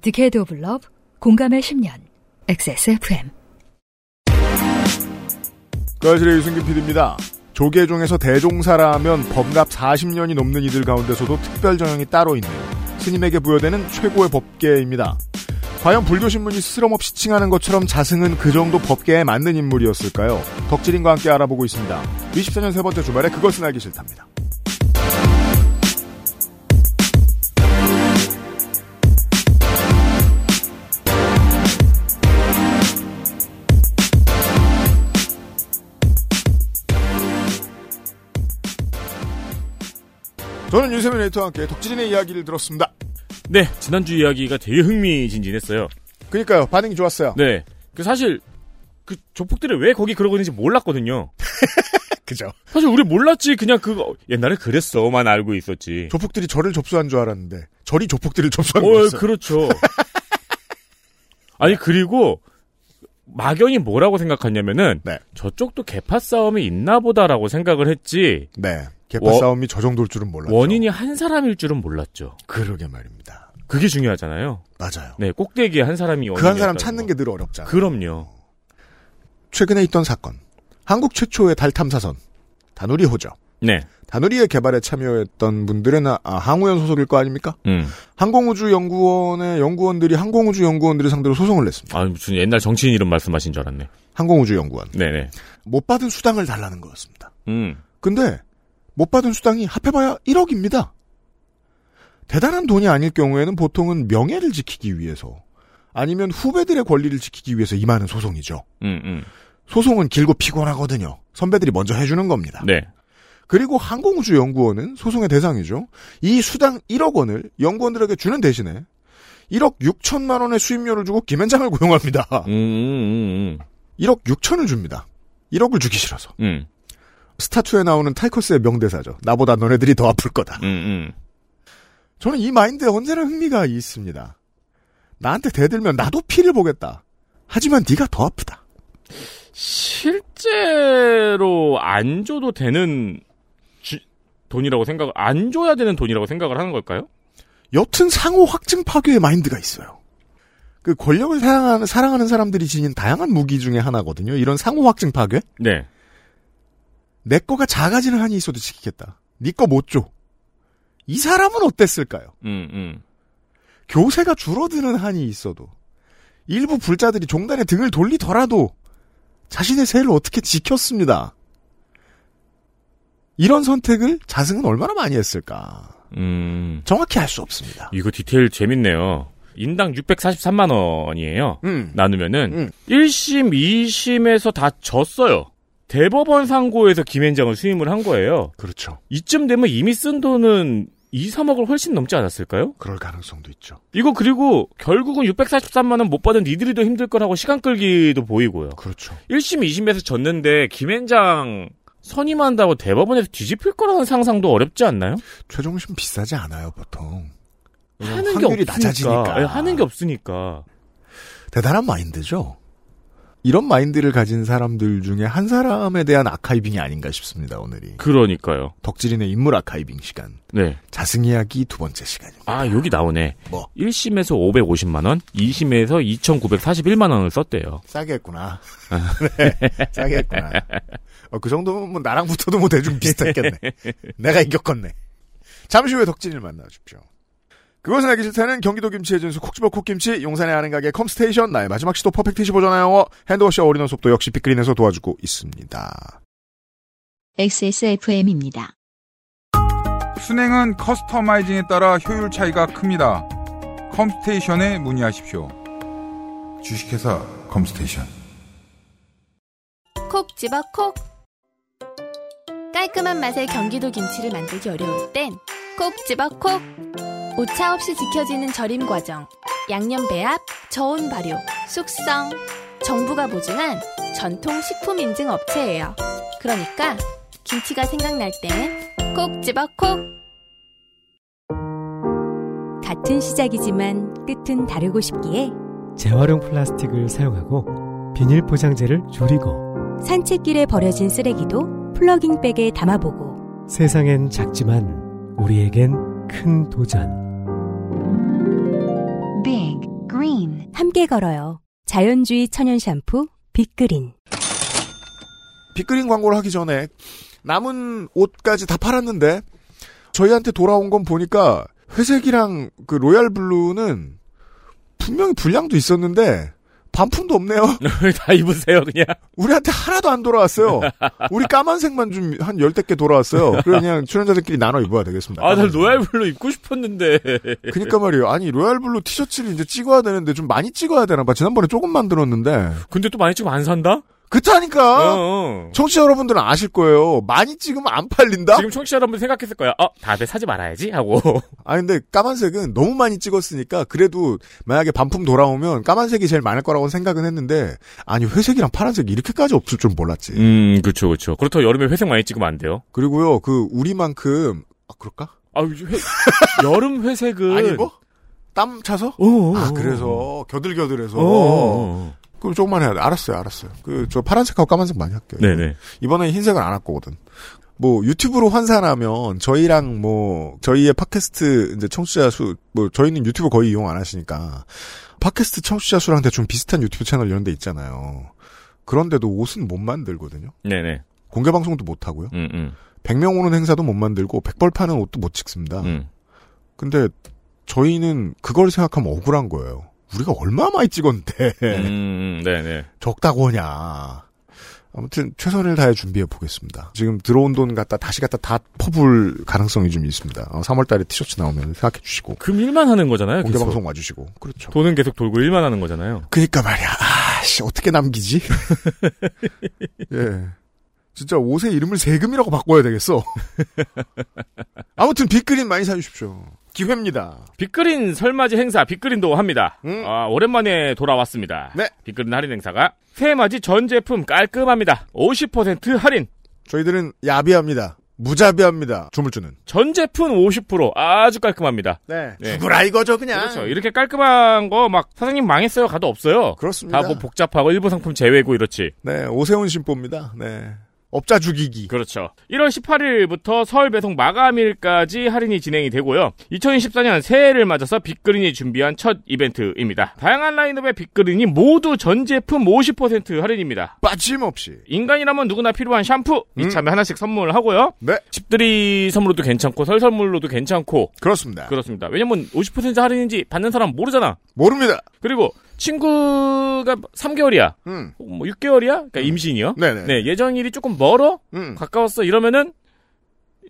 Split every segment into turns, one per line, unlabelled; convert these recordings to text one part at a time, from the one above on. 디케이드 오브 러브 공감의 10년 XSFM
거실의 유승균 PD입니다. 조계종에서 대종사라면 법납 40년이 넘는 이들 가운데서도 특별 전형이 따로 있네요. 스님에게 부여되는 최고의 법계입니다. 과연 불교신문이 스스럼없이 칭하는 것처럼 자승은 그 정도 법계에 맞는 인물이었을까요? 덕질인과 함께 알아보고 있습니다. 24년 세 번째 주말에 그것은 알기 싫답니다. 저는 윤세민 에이터와 함께 덕질인의 이야기를 들었습니다.
네, 지난주 이야기가 되게 흥미진진했어요.
그니까요, 반응이 좋았어요.
네. 그 사실 그 조폭들이 왜 거기 그러고 있는지 몰랐거든요.
그죠.
사실 우리 몰랐지 그냥 그거 옛날에 그랬어만 알고 있었지.
조폭들이 저를 접수한 줄 알았는데, 절이 조폭들을 접수한
어,
거였어요.
그렇죠. 아니 그리고 막연히 뭐라고 생각하냐면은
네.
저쪽도 개파 싸움이 있나 보다라고 생각을 했지
네. 개파
원-
싸움이 저 정도일 줄은 몰랐죠.
원인이 한 사람일 줄은 몰랐죠.
그러게 말입니다.
그게 중요하잖아요.
맞아요.
네, 꼭대기에 한 사람이
그 한
원인이었다는
사람 찾는
거.
게 늘 어렵잖아요.
그럼요.
최근에 있던 사건. 한국 최초의 달 탐사선. 다누리 호죠.
네.
다누리의 개발에 참여했던 분들은 아, 아, 항우연 소속일 거 아닙니까?
음.
항공우주연구원의 연구원들이 항공우주연구원들을 상대로 소송을 냈습니다.
아 무슨 옛날 정치인 이름 말씀하신 줄 알았네.
항공우주연구원.
네네.
못 받은 수당을 달라는 거였습니다.
음.
근데 못 받은 수당이 합해봐야 1억입니다. 대단한 돈이 아닐 경우에는 보통은 명예를 지키기 위해서 아니면 후배들의 권리를 지키기 위해서 임하는 소송이죠.
음. 음.
소송은 길고 피곤하거든요. 선배들이 먼저 해주는 겁니다.
네.
그리고 항공우주연구원은 소송의 대상이죠. 이 수당 1억 원을 연구원들에게 주는 대신에 1억 6천만 원의 수임료를 주고 김현장을 고용합니다.
음, 음,
1억 6천을 줍니다. 1억을 주기 싫어서.
음, 음,
스타투에 나오는 탈커스의 명대사죠. 나보다 너네들이 더 아플 거다.
음, 음.
저는 이 마인드에 언제나 흥미가 있습니다. 나한테 대들면 나도 피를 보겠다. 하지만 네가 더 아프다.
실제로 안 줘도 되는 주- 돈이라고 생각, 안 줘야 되는 돈이라고 생각을 하는 걸까요?
여튼 상호 확증 파괴의 마인드가 있어요. 그 권력을 사랑하는, 사랑하는 사람들이 지닌 다양한 무기 중에 하나거든요. 이런 상호 확증 파괴?
네.
내 거가 작아지는 한이 있어도 지키겠다. 네 거 못 줘. 이 사람은 어땠을까요?
음, 음.
교세가 줄어드는 한이 있어도 일부 불자들이 종단의 등을 돌리더라도 자신의 세를 어떻게 지켰습니다. 이런 선택을 자승은 얼마나 많이 했을까?
음.
정확히 알 수 없습니다.
이거 디테일 재밌네요. 인당 643만 원이에요.
음.
나누면은
음.
1심, 2심에서 다 졌어요. 대법원 상고에서 김현장을 수임을 한 거예요.
그렇죠.
이쯤 되면 이미 쓴 돈은 2, 3억을 훨씬 넘지 않았을까요?
그럴 가능성도 있죠.
이거 그리고 결국은 643만 원 못 받은 니들이 더 힘들 거라고 시간 끌기도 보이고요.
그렇죠.
1심, 2심에서 졌는데 김앤장 선임한다고 대법원에서 뒤집힐 거라는 상상도 어렵지 않나요?
최종심 비싸지 않아요, 보통.
하는 게
확률이
없으니까.
낮아지니까.
예, 하는 게 없으니까.
대단한 마인드죠. 이런 마인드를 가진 사람들 중에 한 사람에 대한 아카이빙이 아닌가 싶습니다, 오늘이.
그러니까요.
덕질인의 인물 아카이빙 시간.
네.
자승 이야기 두 번째 시간입니다.
아, 여기 나오네.
뭐?
1심에서 550만 원, 2심에서 2,941만 원을 썼대요.
싸게 했구나. 네, 싸게 했구나. 어, 그 정도면 뭐 나랑 붙어도 뭐 대충 비슷했겠네. 내가 이겼겠네. 잠시 후에 덕진을 만나주십시오. 그것은 알기 싫다는 경기도 김치의 진수 콕지버 콕김치 용산의 아는 가게 컴스테이션 나의 마지막 시도 퍼펙트 15 전화영어 핸드워시 어린원 수업도 역시 빅그린에서 도와주고 있습니다.
XSFM입니다.
순행은 커스터마이징에 따라 효율 차이가 큽니다. 컴스테이션에 문의하십시오. 주식회사 컴스테이션.
콕 집어 콕 깔끔한 맛의 경기도 김치를 만들기 어려울 땐 콕 집어 콕 오차 없이 지켜지는 절임 과정 양념 배합, 저온 발효, 숙성 정부가 보증한 전통 식품 인증 업체예요 그러니까 김치가 생각날 땐 콕 집어 콕
같은 시작이지만 끝은 다르고 싶기에
재활용 플라스틱을 사용하고 비닐 포장재를 줄이고
산책길에 버려진 쓰레기도 플러깅백에 담아보고
세상엔 작지만 우리에겐 큰 도전
Big
함께 걸어요. 자연주의 천연 샴푸 빅그린.
빅그린 광고를 하기 전에 남은 옷까지 다 팔았는데 저희한테 돌아온 건 보니까 회색이랑 그 로얄 블루는 분명히 분량도 있었는데 반품도 없네요.
다 입으세요, 그냥.
우리한테 하나도 안 돌아왔어요. 우리 까만색만 좀 한 열댓 개 돌아왔어요. 그래서 그냥 출연자들끼리 나눠 입어야 되겠습니다.
아, 나 로얄블루 입고 싶었는데.
그니까 말이에요. 아니 로얄 블루 티셔츠를 이제 찍어야 되는데 좀 많이 찍어야 되나 봐. 지난번에 조금 만들었는데
근데 또 많이 찍으면 안 산다?
그렇다니까.
어.
청취자 여러분들은 아실 거예요. 많이 찍으면 안 팔린다?
지금 청취자 여러분 생각했을 거야. 어, 다들 사지 말아야지? 하고.
아 근데 까만색은 너무 많이 찍었으니까 그래도 만약에 반품 돌아오면 까만색이 제일 많을 거라고 생각은 했는데 아니 회색이랑 파란색이 이렇게까지 없을 줄 몰랐지.
음, 그쵸, 그쵸. 그렇다고 여름에 회색 많이 찍으면 안 돼요.
그리고요 그 우리만큼 아 그럴까?
아, 회... 여름 회색은.
아니 뭐? 땀 차서?
어,
아 그래서 겨들겨들해서
어.
그럼 조금만 해야 돼. 알았어요, 알았어요. 그 저 파란색하고 까만색 많이 할게요.
네네.
이번에 흰색은 안 할 거거든. 뭐 유튜브로 환산하면 저희랑 뭐 저희의 팟캐스트 이제 청취자 수 뭐 저희는 유튜브 거의 이용 안 하시니까 팟캐스트 청취자 수랑 대충 비슷한 유튜브 채널 이런 데 있잖아요. 그런데도 옷은 못 만들거든요.
네네.
공개 방송도 못 하고요.
음, 음.
100명 오는 행사도 못 만들고 100벌 파는 옷도 못 찍습니다.
음.
근데 저희는 그걸 생각하면 억울한 거예요. 우리가 얼마 많이 찍었는데
음, 네네.
적다고 하냐. 아무튼 최선을 다해 준비해 보겠습니다. 지금 들어온 돈 갖다 다시 갖다 다 퍼불 가능성이 좀 있습니다. 어, 3월달에 티셔츠 나오면 생각해 주시고
금 일만 하는 거잖아요.
공개
계속.
방송 와주시고 그렇죠.
돈은 계속 돌고 일만 하는 거잖아요.
그니까 말이야. 아씨 어떻게 남기지? 예. 진짜 옷의 이름을 세금이라고 바꿔야 되겠어. 아무튼 빅그린 많이 사주십시오. 기회입니다.
빅그린 설맞이 행사 빅그린도 합니다.
음.
아, 오랜만에 돌아왔습니다.
네.
빅그린 할인 행사가 새해맞이 전 제품 깔끔합니다. 50% 할인.
저희들은 야비합니다. 무자비합니다. 주물 주는.
전 제품 50% 아주 깔끔합니다.
네.
네.
죽으라 이거죠 그냥.
그렇죠. 이렇게 깔끔한 거 막 사장님 망했어요 가도 없어요.
그렇습니다.
다 뭐 복잡하고 일부 상품 제외고 이렇지.
네, 오세훈 신보입니다. 네. 업자 죽이기.
그렇죠. 1월 18일부터 서울 배송 마감일까지 할인이 진행이 되고요. 2024년 새해를 맞아서 빅그린이 준비한 첫 이벤트입니다. 다양한 라인업의 빅그린이 모두 전 제품 50% 할인입니다.
빠짐없이.
인간이라면 누구나 필요한 샴푸
음.
이 참에 하나씩 선물하고요.
네.
집들이 선물로도 괜찮고 설 선물로도 괜찮고
그렇습니다.
그렇습니다. 왜냐면 50% 할인인지 받는 사람 모르잖아.
모릅니다.
그리고 친구가 3개월이야.
음.
뭐 6개월이야? 그러니까 임신이요.
네네.
네, 예정일이 조금 멀어?
음.
가까웠어? 이러면은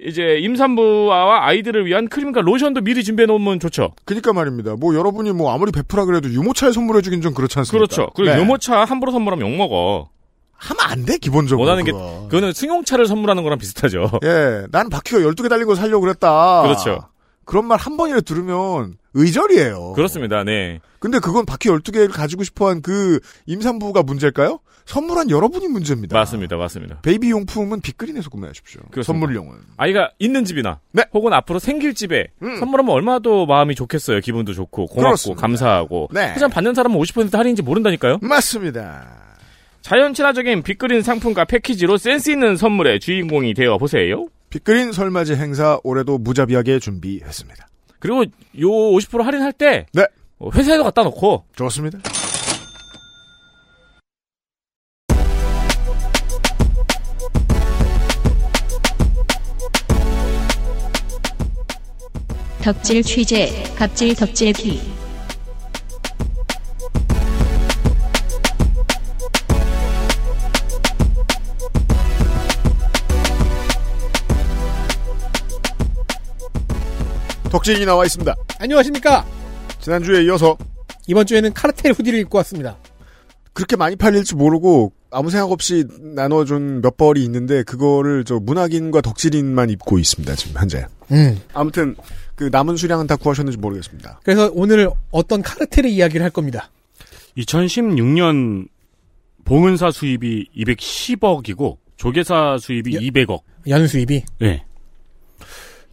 이제 임산부와 아이들을 위한 크림과 로션도 미리 준비해 놓으면 좋죠.
그니까 말입니다. 뭐 여러분이 뭐 아무리 베풀라 그래도 유모차에 선물해주긴 좀 그렇지 않습니까?
그렇죠. 그리고
네.
유모차 함부로 선물하면 욕먹어.
하면 안 돼, 기본적으로.
원하는 게-
그거.
그거는 승용차를 선물하는 거랑 비슷하죠.
예. 난 바퀴가 12개 달린 거 살려고 그랬다.
그렇죠.
그런 말 한 번이라도 들으면 의절이에요.
그렇습니다. 네.
근데 그건 바퀴 12개를 가지고 싶어 한 그 임산부가 문제일까요? 선물한 여러분이 문제입니다.
맞습니다. 맞습니다.
베이비 용품은 빅그린에서 구매하십시오.
그렇습니다.
선물용은.
아이가 있는 집이나
네.
혹은 앞으로 생길 집에
음.
선물하면 얼마나 또 마음이 좋겠어요. 기분도 좋고 고맙고
그렇습니다.
감사하고.
네.
하지만 받는 사람은 50% 할인인지 모른다니까요.
맞습니다.
자연 친화적인 빅그린 상품과 패키지로 센스 있는 선물의 주인공이 되어 보세요.
빅그린 설맞이 행사 올해도 무자비하게 준비했습니다.
그리고 요 50% 할인할 때
네.
어, 회사에도 갖다 놓고
좋습니다.
덕질 취재, 갑질 덕질기.
덕진이 나와 있습니다.
안녕하십니까.
지난주에 이어서
이번 주에는 카르텔 후디를 입고 왔습니다.
그렇게 많이 팔릴지 모르고 아무 생각 없이 나눠준 몇 벌이 있는데 그거를 저 문학인과 덕질인만 입고 있습니다. 지금 현재.
음.
아무튼 그 남은 수량은 다 구하셨는지 모르겠습니다.
그래서 오늘 어떤 카르텔의 이야기를 할 겁니다.
2016년 봉은사 수입이 210억이고 조계사 수입이
예.
200억.
연수입이.
네.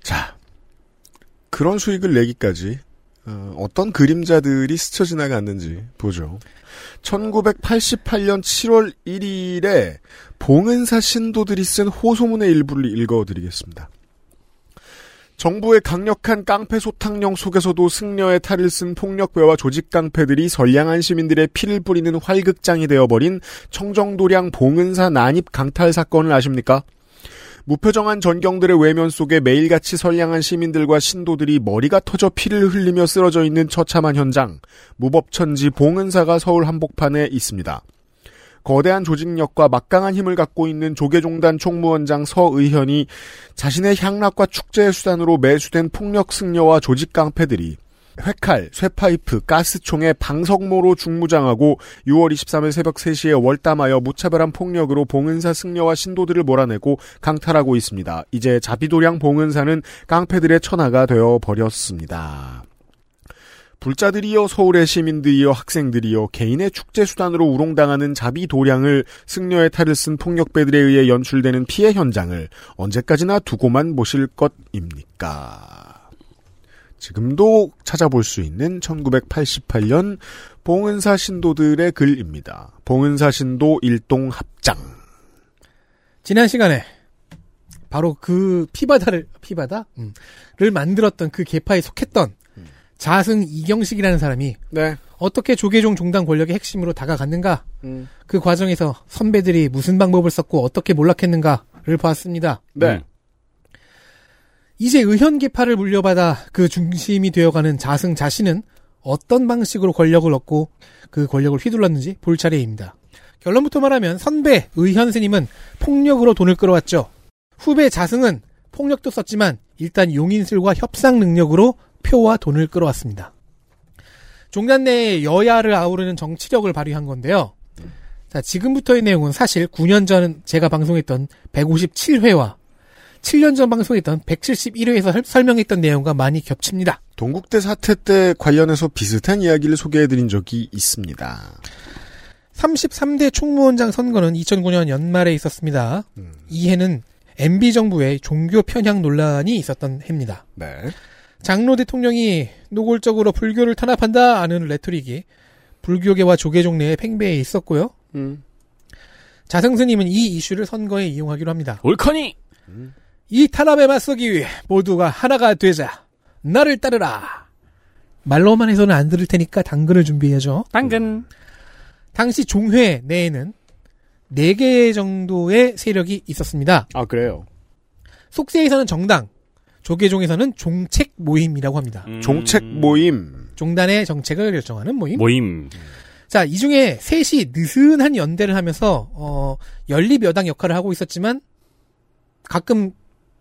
자 그런 수익을 내기까지 어, 떤 그림자들이 스쳐 지나갔는지 보죠. 1988년 7월 1일에 봉은사 신도들이 쓴 호소문의 일부를 읽어드리겠습니다. 정부의 강력한 깡패 소탕령 속에서도 승려의 탈을 쓴 폭력배와 조직 깡패들이 선량한 시민들의 피를 뿌리는 활극장이 되어버린 청정도량 봉은사 난입 강탈 사건을 아십니까? 무표정한 전경들의 외면 속에 매일같이 선량한 시민들과 신도들이 머리가 터져 피를 흘리며 쓰러져 있는 처참한 현장, 무법천지 봉은사가 서울 한복판에 있습니다. 거대한 조직력과 막강한 힘을 갖고 있는 조계종단 총무원장 서의현이 자신의 향락과 축제의 수단으로 매수된 폭력 승려와 조직 깡패들이 회칼, 쇠파이프, 가스총에 방석모로 중무장하고 6월 23일 새벽 3시에 월담하여 무차별한 폭력으로 봉은사 승려와 신도들을 몰아내고 강탈하고 있습니다. 이제 자비도량 봉은사는 깡패들의 천하가 되어버렸습니다. 불자들이여 서울의 시민들이여 학생들이여 개인의 축제 수단으로 우롱당하는 자비 도량을 승려의 탈을 쓴 폭력배들에 의해 연출되는 피해 현장을 언제까지나 두고만 보실 것입니까? 지금도 찾아볼 수 있는 1988년 봉은사 신도들의 글입니다. 봉은사 신도 일동 합장.
지난 시간에 바로 그 피바다를 피바다를 만들었던 그 계파에 속했던 자승 이경식이라는 사람이
네.
어떻게 조계종 종단 권력의 핵심으로 다가갔는가 그 과정에서 선배들이 무슨 방법을 썼고 어떻게 몰락했는가를 봤습니다.
음.
네.
이제 의현계파를 물려받아 그 중심이 되어가는 자승 자신은 어떤 방식으로 권력을 얻고 그 권력을 휘둘렀는지 볼 차례입니다. 결론부터 말하면 선배 의현 스님은 폭력으로 돈을 끌어왔죠. 후배 자승은 폭력도 썼지만 일단 용인술과 협상 능력으로 표와 돈을 끌어왔습니다. 종단 내에 여야를 아우르는 정치력을 발휘한 건데요. 자, 지금부터의 내용은 사실 9년 전 제가 방송했던 157회와 7년 전 방송했던 171회에서 설명했던 내용과 많이 겹칩니다.
동국대 사태 때 관련해서 비슷한 이야기를 소개해드린 적이 있습니다.
33대 총무원장 선거는 2009년 연말에 있었습니다. 이 해는 MB 정부의 종교 편향 논란이 있었던 해입니다.
네.
장로 대통령이 노골적으로 불교를 탄압한다 하는 레토릭이 불교계와 조계종 내에 팽배해 있었고요. 자승 스님은 이 이슈를 선거에 이용하기로 합니다.
옳거니!
이 탄압에 맞서기 위해 모두가 하나가 되자 나를 따르라. 말로만 해서는 안 들을 테니까 당근을 준비해야죠.
당근.
당시 종회 내에는 4개 정도의 세력이 있었습니다.
아 그래요.
속세에서는 정당, 조계종에서는 종책 모임이라고 합니다.
음.
음.
종책 모임.
종단의 정책을 결정하는 모임.
음.
뭐-
모임.
자, 이 중에 셋이 느슨한 연대를 하면서 어, 연립 여당 역할을 하고 있었지만 가끔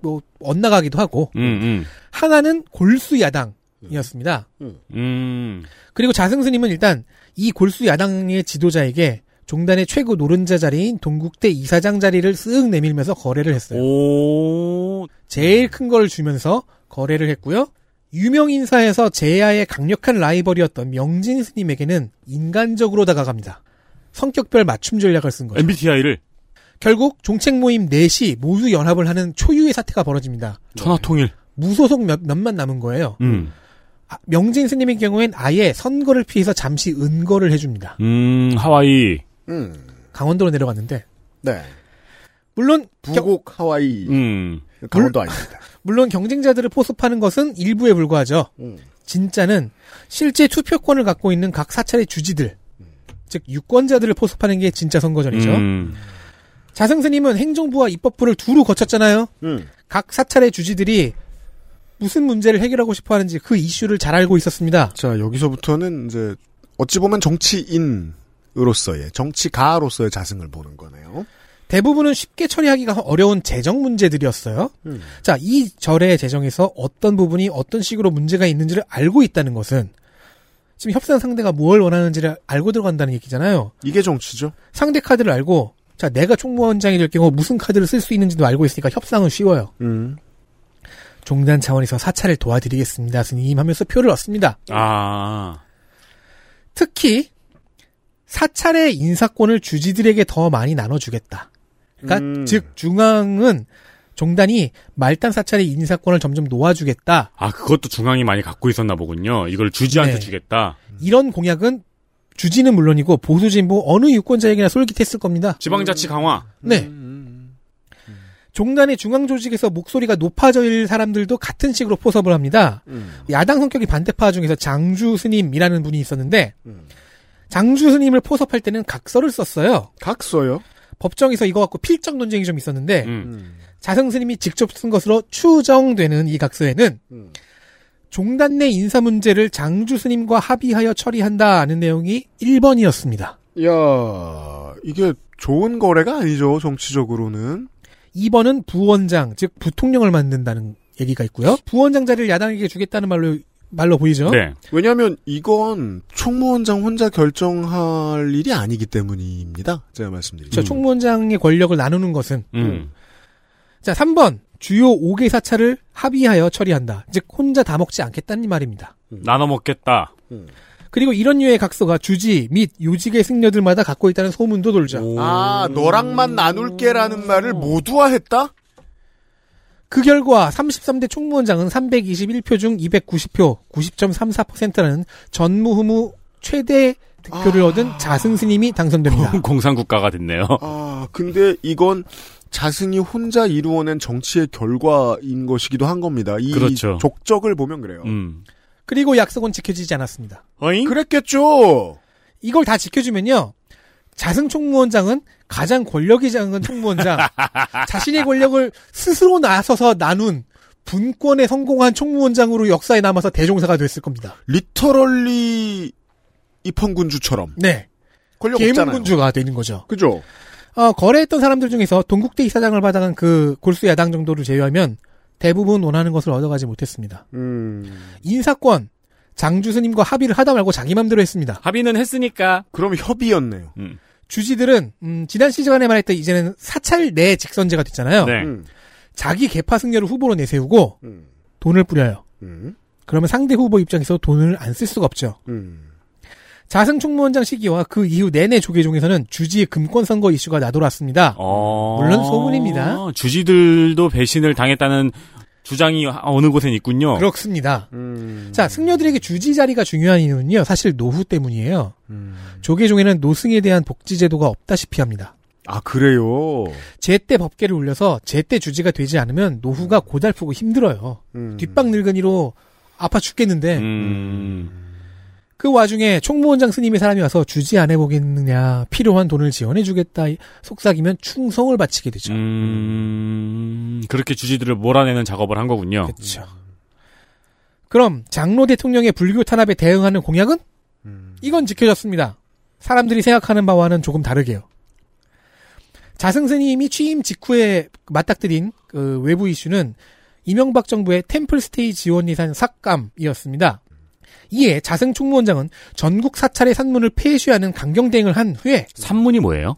뭐 엇나가기도 하고
음,
하나는 골수 야당이었습니다.
음. 음.
그리고 자승 스님은 일단 이 골수 야당의 지도자에게 종단의 최고 노른자 자리인 동국대 이사장 자리를 쓱 내밀면서 거래를 했어요.
음. 오.
제일 큰 걸 주면서 거래를 했고요. 유명 인사에서 제야의 강력한 라이벌이었던 명진 스님에게는 인간적으로 다가갑니다. 성격별 맞춤 전략을 쓴 거죠.
MBTI를
결국 종책 모임 넷이 모두 연합을 하는 초유의 사태가 벌어집니다.
천하통일.
무소속 몇, 몇만 남은 거예요.
음.
아, 명진 스님의 경우엔 아예 선거를 피해서 잠시 은거를 해줍니다.
음, 하와이.
음.
강원도로 내려갔는데
네.
물론 겨-
부곡 하와이.
음.
강원도 아닙니다.
물론 경쟁자들을 포섭하는 것은 일부에 불과하죠.
음.
진짜는 실제 투표권을 갖고 있는 각 사찰의 주지들, 즉 유권자들을 포섭하는 게 진짜 선거전이죠.
음.
자승 스님은 행정부와 입법부를 두루 거쳤잖아요.
음.
각 사찰의 주지들이 무슨 문제를 해결하고 싶어 하는지 그 이슈를 잘 알고 있었습니다.
자 여기서부터는 이제 어찌 보면 정치인으로서의 정치가로서의 자승을 보는 거네요.
대부분은 쉽게 처리하기가 어려운 재정 문제들이었어요.
음.
자, 이 절의 재정에서 어떤 부분이 어떤 식으로 문제가 있는지를 알고 있다는 것은 지금 협상 상대가 뭘 원하는지를 알고 들어간다는 얘기잖아요.
이게 정치죠.
상대 카드를 알고 자, 내가 총무원장이 될 경우 무슨 카드를 쓸 수 있는지도 알고 있으니까 협상은 쉬워요.
음.
종단 차원에서 사찰을 도와드리겠습니다. 스님 하면서 표를 얻습니다.
아.
특히 사찰의 인사권을 주지들에게 더 많이 나눠주겠다. 그러니까
음.
즉 중앙은 종단이 말단 사찰의 인사권을 점점 놓아주겠다.
아, 그것도 중앙이 많이 갖고 있었나 보군요. 이걸 주지한테
네.
주겠다.
이런 공약은 주지는 물론이고 보수 진보 어느 유권자에게나 솔깃했을 겁니다.
지방자치 강화.
네. 종단의 중앙 조직에서 목소리가 높아질 사람들도 같은 식으로 포섭을 합니다.
음.
야당 성격이 반대파 중에서 장주 스님이라는 분이 있었는데
음.
장주 스님을 포섭할 때는 각서를 썼어요.
각서요?
법정에서 이거 갖고 필적 논쟁이 좀 있었는데
음.
자성 스님이 직접 쓴 것으로 추정되는 이 각서에는
음.
종단 내 인사 문제를 장주 스님과 합의하여 처리한다는 내용이 1번이었습니다.
음. 이야, 이게 좋은 거래가 아니죠, 정치적으로는.
2번은 부원장, 즉 부통령을 만든다는 얘기가 있고요. 부원장 자리를 야당에게 주겠다는 말로 말로 보이죠.
네.
왜냐하면 이건 총무원장 혼자 결정할 일이 아니기 때문입니다. 제가 말씀드린.
그렇죠. 총무원장의 권력을 나누는 것은
음.
자 3번 주요 5개 사찰을 합의하여 처리한다. 즉 혼자 다 먹지 않겠다는 말입니다.
나눠 먹겠다.
그리고 이런 류의 각서가 주지 및 요직의 승려들마다 갖고 있다는 소문도 돌죠.
음.
아, 너랑만 나눌게라는 말을 모두화했다?
그 결과 33대 총무원장은 321표 중 290표, 90.34%라는 전무후무 최대 득표를 얻은 자승 스님이 당선됩니다. 어.
공산국가가 됐네요.
아, 근데 이건 자승이 혼자 이루어낸 정치의 결과인 것이기도 한 겁니다. 이
그렇죠.
족적을 보면 그래요.
음.
그리고 약속은 지켜지지 않았습니다.
어잉?
그랬겠죠.
이걸 다 지켜주면요. 자승 총무원장은 가장 권력이 작은 총무원장, 자신의 권력을 스스로 나서서 나눈 분권에 성공한 총무원장으로 역사에 남아서 대종사가 됐을 겁니다.
리터럴리 입헌군주처럼
네.
권력 없잖아요.
계몽군주가 되는 거죠.
그죠?
어, 거래했던 사람들 중에서 동국대 이사장을 받아간 그 골수 야당 정도를 제외하면 대부분 원하는 것을 얻어가지 못했습니다.
음.
인사권, 장주 스님과 합의를 하다 말고 자기 맘대로 했습니다.
합의는 했으니까.
그럼 협의였네요.
음. 주지들은 음, 지난 시간에 말했던 이제는 사찰 내 직선제가 됐잖아요.
네.
음.
자기 개파 승려를 후보로 내세우고
음.
돈을 뿌려요.
음.
그러면 상대 후보 입장에서 돈을 안 쓸 수가 없죠.
음.
자승 총무원장 시기와 그 이후 내내 조계종에서는 주지의 금권 선거 이슈가 나돌았습니다.
어...
물론 소문입니다.
주지들도 배신을 당했다는 주장이 어느 곳엔 있군요.
그렇습니다.
음.
자, 승려들에게 주지 자리가 중요한 이유는요. 사실 노후 때문이에요.
음.
조계종에는 노승에 대한 복지 제도가 없다시피 합니다.
아, 그래요.
제때 법계를 울려서 제때 주지가 되지 않으면 노후가 고달프고 힘들어요.
음.
뒷방 늙은이로 아파 죽겠는데
음.
음.
그 와중에 총무원장 스님의 사람이 와서 주지 안 해보겠느냐 필요한 돈을 지원해주겠다 속삭이면 충성을 바치게 되죠.
음. 그렇게 주지들을 몰아내는 작업을 한
어.
거군요.
그렇죠. 그럼 장로 대통령의 불교 탄압에 대응하는 공약은 이건 지켜졌습니다. 사람들이 생각하는 바와는 조금 다르게요. 자승 스님이 취임 직후에 맞닥뜨린 그 외부 이슈는 이명박 정부의 템플스테이 지원 예산 삭감이었습니다. 이에 자승 총무원장은 전국 사찰의 산문을 폐쇄하는 강경 대응을 한 후에
산문이 뭐예요?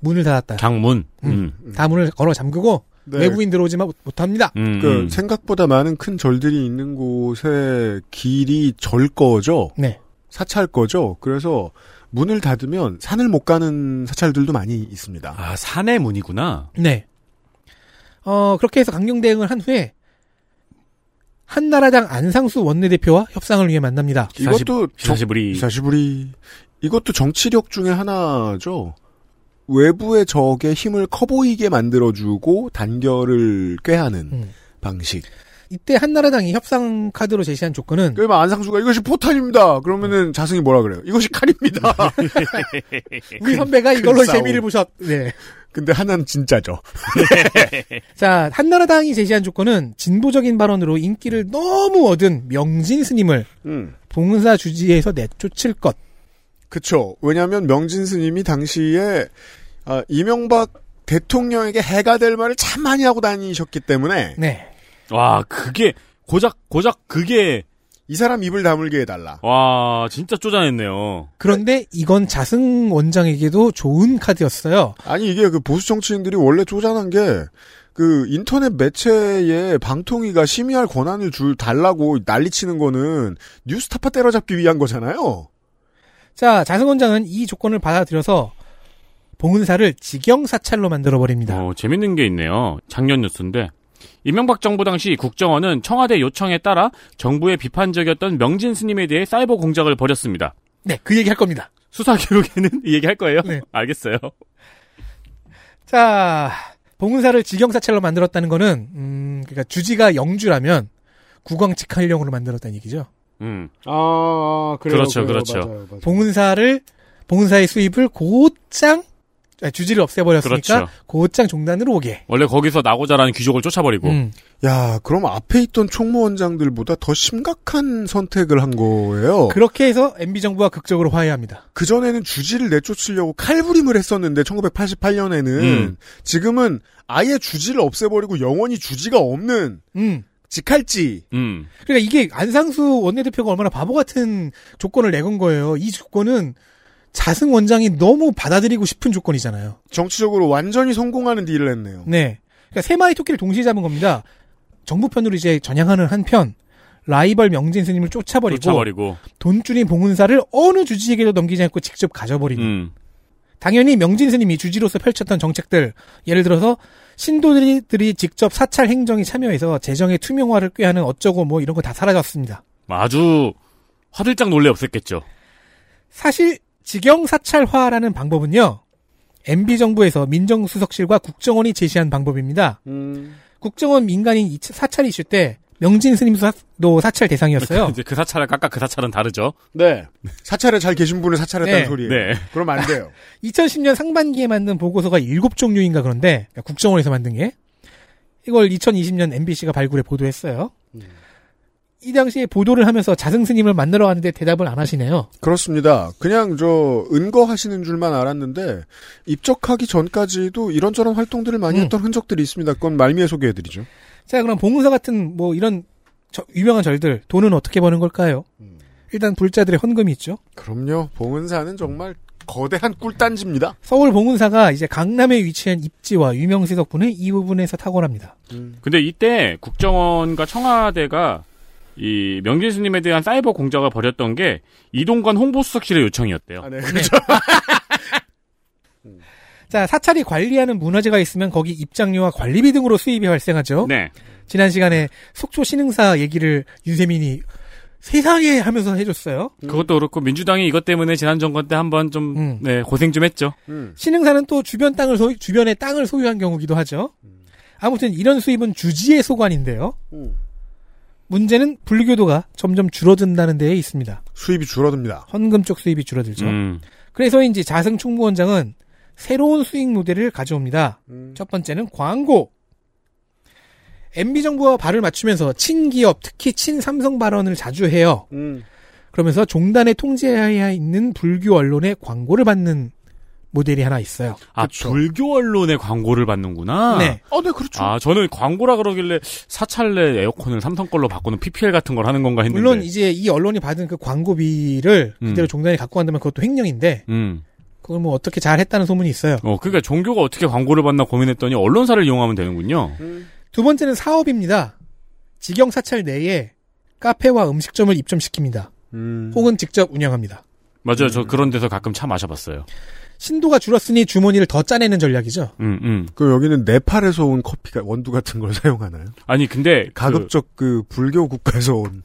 문을 닫았다.
강문.
음.
음.
다 문을 걸어 잠그고
네.
외부인 들어오지 마- 못합니다.
음.
그
음.
생각보다 많은 큰 절들이 있는 곳에 길이 절 거죠.
네.
사찰 거죠. 그래서 문을 닫으면 산을 못 가는 사찰들도 많이 있습니다.
아, 산의 문이구나.
네. 어, 그렇게 해서 강경 대응을 한 후에 한나라당 안상수 원내대표와 협상을 위해 만납니다.
사실-
이것도 정-
사시부리.
이사시부리 이것도 정치력 중에 하나죠. 외부의 적의 힘을 커보이게 만들어주고 단결을 꾀하는
음.
방식.
이때 한나라당이 협상 카드로 제시한 조건은
그러면 안상수가 이것이 포탄입니다. 그러면은 자승이 뭐라 그래요? 이것이 칼입니다.
우리 선배가 이걸로
근싸움.
재미를 보셨. 네.
근데 하나는 진짜죠.
자, 한나라당이 제시한 조건은 진보적인 발언으로 인기를 너무 얻은 명진 스님을
음.
봉사 주지에서 내쫓을 것.
그쵸. 왜냐하면 명진 스님이 당시에 아, 이명박 대통령에게 해가 될 말을 참 많이 하고 다니셨기 때문에
네.
와, 그게 고작 고작 그게
이 사람 입을 다물게 해달라.
와, 진짜 쪼잔했네요.
그런데 이건 자승 원장에게도 좋은 카드였어요.
아니 이게 그 보수 정치인들이 원래 쪼잔한 게 그 인터넷 매체에 방통위가 심의할 권한을 줄 달라고 난리치는 거는 뉴스타파 때려잡기 위한 거잖아요.
자, 자승 원장은 이 조건을 받아들여서 봉은사를 직영 사찰로 만들어 버립니다.
어, 재밌는 게 있네요. 작년 뉴스인데. 이명박 정부 당시 국정원은 청와대 요청에 따라 정부의 비판적이었던 명진 스님에 대해 사이버 공작을 벌였습니다.
네, 그 얘기 할 겁니다.
수사 기록에는 이 얘기할 거예요.
네.
알겠어요.
자, 봉은사를 직영사찰로 만들었다는 거는 음, 그러니까 주지가 영주라면 국왕 직할령으로 만들었다는 얘기죠.
음.
아, 그래요,
그렇죠,
그래요.
그렇죠.
맞아요, 맞아요.
봉은사를 봉은사의 수입을 곧장 아니, 주지를 없애버렸으니까
그렇죠.
곧장 종단으로 오게.
원래 거기서 나고 자라는 귀족을 쫓아버리고.
음.
야, 그럼 앞에 있던 총무원장들보다 더 심각한 선택을 한 거예요.
뭐.
그렇게 해서 MB 정부와 극적으로 화해합니다.
그 전에는 주지를 내쫓으려고 칼부림을 했었는데 1988년에는
음.
지금은 아예 주지를 없애버리고 영원히 주지가 없는
음.
직할지
음.
그러니까 이게 안상수 원내대표가 얼마나 바보 같은 조건을 내건 거예요. 이 조건은 자승 원장이 너무 받아들이고 싶은 조건이잖아요.
정치적으로 완전히 성공하는 딜을 했네요.
네. 그러니까 세 마리 토끼를 동시에 잡은 겁니다. 정부 편으로 이제 전향하는 한편 라이벌 명진 스님을 쫓아버리고
쫓아버리고.
돈줄인 봉은사를 어느 주지에게도 넘기지 않고 직접 가져버리는
음.
당연히 명진 스님이 주지로서 펼쳤던 정책들 예를 들어서 신도들이 직접 사찰 행정에 참여해서 재정의 투명화를 꾀하는 어쩌고 뭐 이런 거 다 사라졌습니다.
아주 화들짝 놀래 없앴겠죠.
사실 직영 사찰화라는 방법은요. MB 정부에서 민정수석실과 국정원이 제시한 방법입니다. 국정원 민간인 이 사찰 이슈 때 명진 스님도 사찰 대상이었어요.
이제 그 사찰은 각각 그 사찰은 다르죠.
네. 사찰에 잘 계신 분을 사찰했다는
네.
소리예요.
네.
그럼 안 돼요.
2010년 상반기에 만든 보고서가 7종류인가 그런데 그러니까 국정원에서 만든 게 이걸 2020년 MBC가 발굴해 보도했어요. 이 당시에 보도를 하면서 자승 스님을 만나러 왔는데 대답을 안 하시네요.
그렇습니다. 그냥 저 은거하시는 줄만 알았는데 입적하기 전까지도 이런저런 활동들을 많이
음.
했던 흔적들이 있습니다. 그건 말미에 소개해드리죠.
자, 그럼 봉은사 같은 뭐 이런 저- 유명한 절들 돈은 어떻게 버는 걸까요? 일단 불자들의 헌금이 있죠.
그럼요. 봉은사는 정말 거대한 꿀단지입니다.
서울 봉은사가 이제 강남에 위치한 입지와 유명세 덕분에 이 부분에서 탁월합니다.
근데 이때 국정원과 청와대가 이 명진스님에 대한 사이버 공작을 벌였던 게 이동관 홍보수석실의 요청이었대요.
아, 네. 그렇죠.
자, 사찰이 관리하는 문화재가 있으면 거기 입장료와 관리비 등으로 수입이 발생하죠.
네.
지난 시간에 속초 신흥사 얘기를 윤세민이 세상에 하면서 해줬어요.
그것도 그렇고 민주당이 이것 때문에 지난 정권 때 한번 좀
음.
네, 고생 좀 했죠.
음.
신흥사는 또 주변 땅을 소유, 주변의 땅을 소유한 경우기도 하죠. 아무튼 이런 수입은 주지의 소관인데요.
음.
문제는 불교도가 점점 줄어든다는 데에 있습니다.
수입이 줄어듭니다.
헌금 쪽 수입이 줄어들죠.
음.
그래서인지 자승 총무원장은 새로운 수익 모델을 가져옵니다. 첫 번째는 광고. MB 정부와 발을 맞추면서 친기업, 특히 친삼성 발언을 자주 해요.
음.
그러면서 종단의 통제하에 있는 불교 언론의 광고를 받는 모델이 하나 있어요.
아, 불교 언론의 광고를 받는구나.
네.
어, 네, 그렇죠.
아, 저는 광고라 그러길래 사찰내 에어컨을 삼성 걸로 바꾸는 PPL 같은 걸 하는 건가 했는데.
물론 이제 이 언론이 받은 그 광고비를 그대로
음.
종단이 갖고 간다면 그것도 횡령인데
음.
그걸 뭐 어떻게 잘 했다는 소문이 있어요.
어, 그러니까 종교가 어떻게 광고를 받나 고민했더니 언론사를 이용하면 되는군요.
음. 두 번째는 사업입니다. 직영 사찰 내에 카페와 음식점을 입점시킵니다.
음.
혹은 직접 운영합니다.
맞아요.
음.
저 그런 데서 가끔 차 마셔봤어요.
신도가 줄었으니 주머니를 더 짜내는 전략이죠.
음, 음.
그 여기는 네팔에서 온 커피가 원두 같은 걸 사용하나요?
아니, 근데 그-
가급적 그 불교 국가에서 온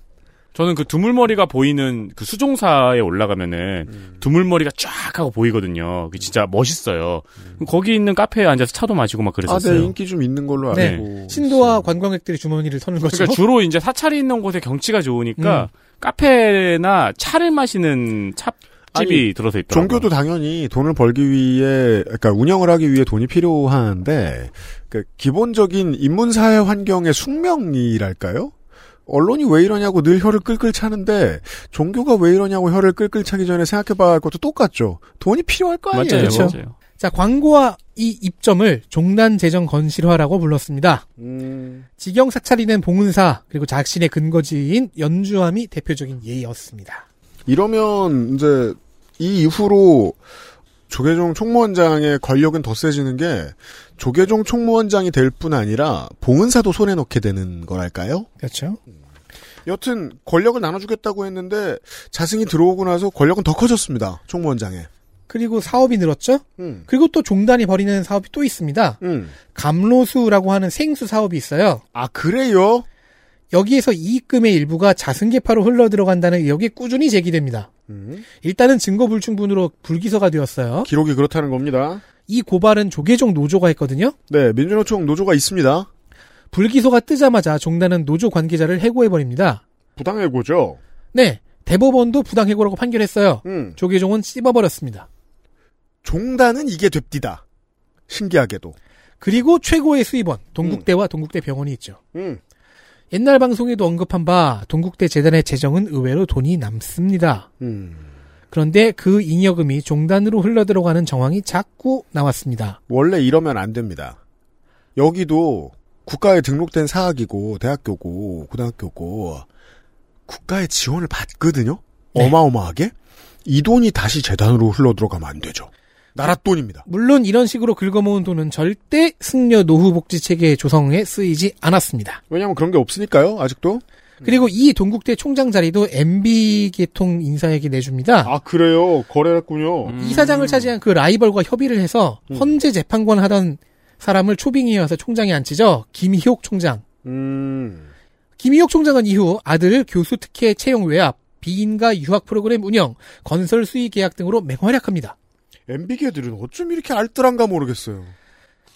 저는 그 두물머리가 보이는 그 수종사에 올라가면은
음.
두물머리가 쫙 하고 보이거든요. 그 진짜 멋있어요.
음.
거기 있는 카페에 앉아서 차도 마시고 막
아,
그랬었어요.
네, 인기 좀 있는 걸로 알고.
네. 그렇죠? 신도와 관광객들이 주머니를 터는 거죠. 음.
그러니까 주로 이제 사찰이 있는 곳에 경치가 좋으니까 카페나 차를 마시는 찹집이
아니,
들어서 있더라고요.
종교도 당연히 돈을 벌기 위해, 그러니까 운영을 하기 위해 돈이 필요한데, 그 기본적인 인문사회 환경의 숙명이랄까요? 언론이 왜 이러냐고 늘 혀를 끌끌 차는데, 종교가 왜 이러냐고 혀를 끌끌 차기 전에 생각해봐야 할 것도 똑같죠. 돈이 필요할 거 아니에요.
맞아요,
그렇죠.
맞아요.
자, 광고와 이 입점을 종단 재정 건실화라고 불렀습니다.
음.
직영 사찰이 된 봉은사 그리고 작신의 근거지인 연주함이 대표적인 예였습니다.
이러면 이제 이 이후로 조계종 총무원장의 권력은 더 세지는 게 조계종 총무원장이 될 뿐 아니라 봉은사도 손에 넣게 되는 거랄까요?
그렇죠.
여튼 권력을 나눠주겠다고 했는데 자승이 들어오고 나서 권력은 더 커졌습니다. 총무원장에.
그리고 사업이 늘었죠.
음.
그리고 또 종단이 벌이는 사업이 또 있습니다.
음.
감로수라고 하는 생수 사업이 있어요.
아 그래요?
여기에서 이익금의 일부가 자승계파로 흘러 들어간다는 의혹이 꾸준히 제기됩니다.
음.
일단은 증거 불충분으로 불기소가 되었어요.
기록이 그렇다는 겁니다.
이 고발은 조계종 노조가 했거든요.
네, 민주노총 노조가 있습니다.
불기소가 뜨자마자 종단은 노조 관계자를 해고해버립니다.
부당해고죠.
네, 대법원도 부당해고라고 판결했어요.
음.
조계종은 씹어버렸습니다.
종단은 이게 됩디다. 신기하게도.
그리고 최고의 수입원 동국대와 동국대 병원이 있죠.
음.
옛날 방송에도 언급한 바 동국대 재단의 재정은 의외로 돈이 남습니다.
음.
그런데 그 잉여금이 종단으로 흘러들어가는 정황이 자꾸 나왔습니다.
원래 이러면 안 됩니다. 여기도 국가에 등록된 사학이고 대학교고 고등학교고 국가의 지원을 받거든요.
네.
어마어마하게 이 돈이 다시 재단으로 흘러 들어가면 안 되죠. 나라 돈입니다.
물론 이런 식으로 긁어모은 돈은 절대 승려 노후 복지 체계 조성에 쓰이지 않았습니다.
왜냐하면 그런 게 없으니까요. 아직도.
그리고 이 동국대 총장 자리도 MB 계통 인사에게 내줍니다.
아 그래요. 거래했군요.
이사장을 차지한 그 라이벌과 협의를 해서
음.
헌재 재판관 하던 사람을 초빙이어서 총장에 앉히죠. 김희옥 총장.
음.
김희옥 총장은 이후 아들 교수 특혜 채용 외압, 비인가 유학 프로그램 운영, 건설 수의 계약 등으로 맹활약합니다.
MB계들은 어쩜 이렇게 알뜰한가 모르겠어요.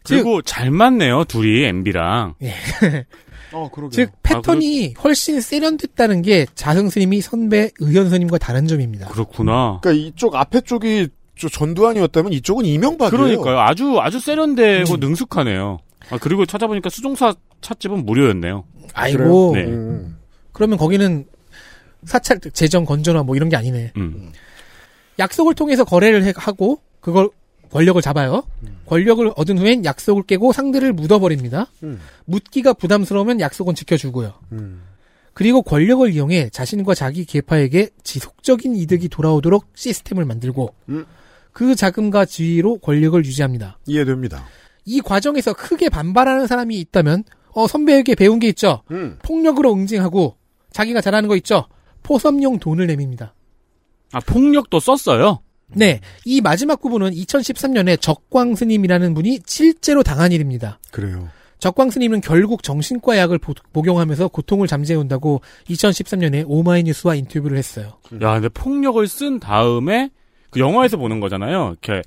그리고 잘 맞네요, 둘이, MB랑.
아 그러게.
즉 패턴이 훨씬 세련됐다는 게 자승 스님이 선배 의현 스님과 다른 점입니다.
그렇구나.
그러니까 이쪽 앞에 쪽이 저 전두환이었다면 이쪽은 이명박이에요.
그러니까요. 아주, 아주 세련되고
음.
능숙하네요. 아, 그리고 찾아보니까 수종사 찻집은 무료였네요.
아이고
그래요? 네.
음.
그러면 거기는 사찰 재정 건전화 뭐 이런 게 아니네.
음.
약속을 통해서 거래를 해- 하고 그걸 권력을 잡아요. 권력을 얻은 후엔 약속을 깨고 상대를 묻어버립니다.
음.
묻기가 부담스러우면 약속은 지켜주고요.
음.
그리고 권력을 이용해 자신과 자기 계파에게 지속적인 이득이 돌아오도록 시스템을 만들고
음.
그 자금과 지위로 권력을 유지합니다.
네. 이해됩니다.
이 과정에서 크게 반발하는 사람이 있다면 어 선배에게 배운 게 있죠.
음.
폭력으로 응징하고 자기가 잘하는 거 있죠. 포섭용 돈을 내밉니다.
아, 폭력도 썼어요?
네, 이 마지막 부분은 2013년에 적광 스님이라는 분이 실제로 당한 일입니다.
그래요.
적광 스님은 결국 정신과 약을 보- 복용하면서 고통을 잠재운다고 2013년에 오마이뉴스와 인터뷰를 했어요.
야, 근데 폭력을 쓴 다음에, 그 영화에서 보는 거잖아요. 이렇게,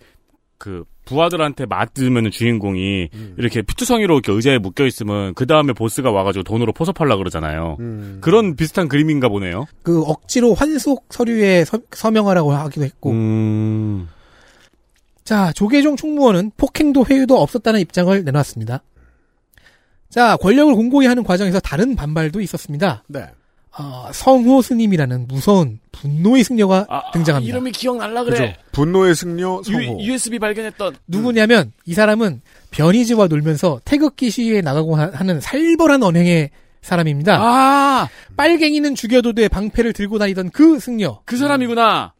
그, 부하들한테 맞으면 주인공이, 이렇게 피투성이로 이렇게 의자에 묶여있으면, 그 다음에 보스가 와가지고 돈으로 포섭하려고 그러잖아요.
음.
그런 비슷한 그림인가 보네요.
그 억지로 환속 서류에 서, 명하라고 하기도 했고
음.
자 조계종 총무원은 폭행도 회유도 없었다는 입장을 내놨습니다. 자 권력을 공고히 하는 과정에서 다른 반발도 있었습니다.
네.
아, 성호 스님이라는 무서운 분노의 승려가
아,
등장합니다.
기억날라
분노의 승려 성호.
USB 발견했던.
누구냐면 이 사람은 변희지와 놀면서 태극기 시위에 나가고 하- 하는 살벌한 언행의 사람입니다.
아,
빨갱이는 죽여도 돼 방패를 들고 다니던 그 승려
그 사람이구나.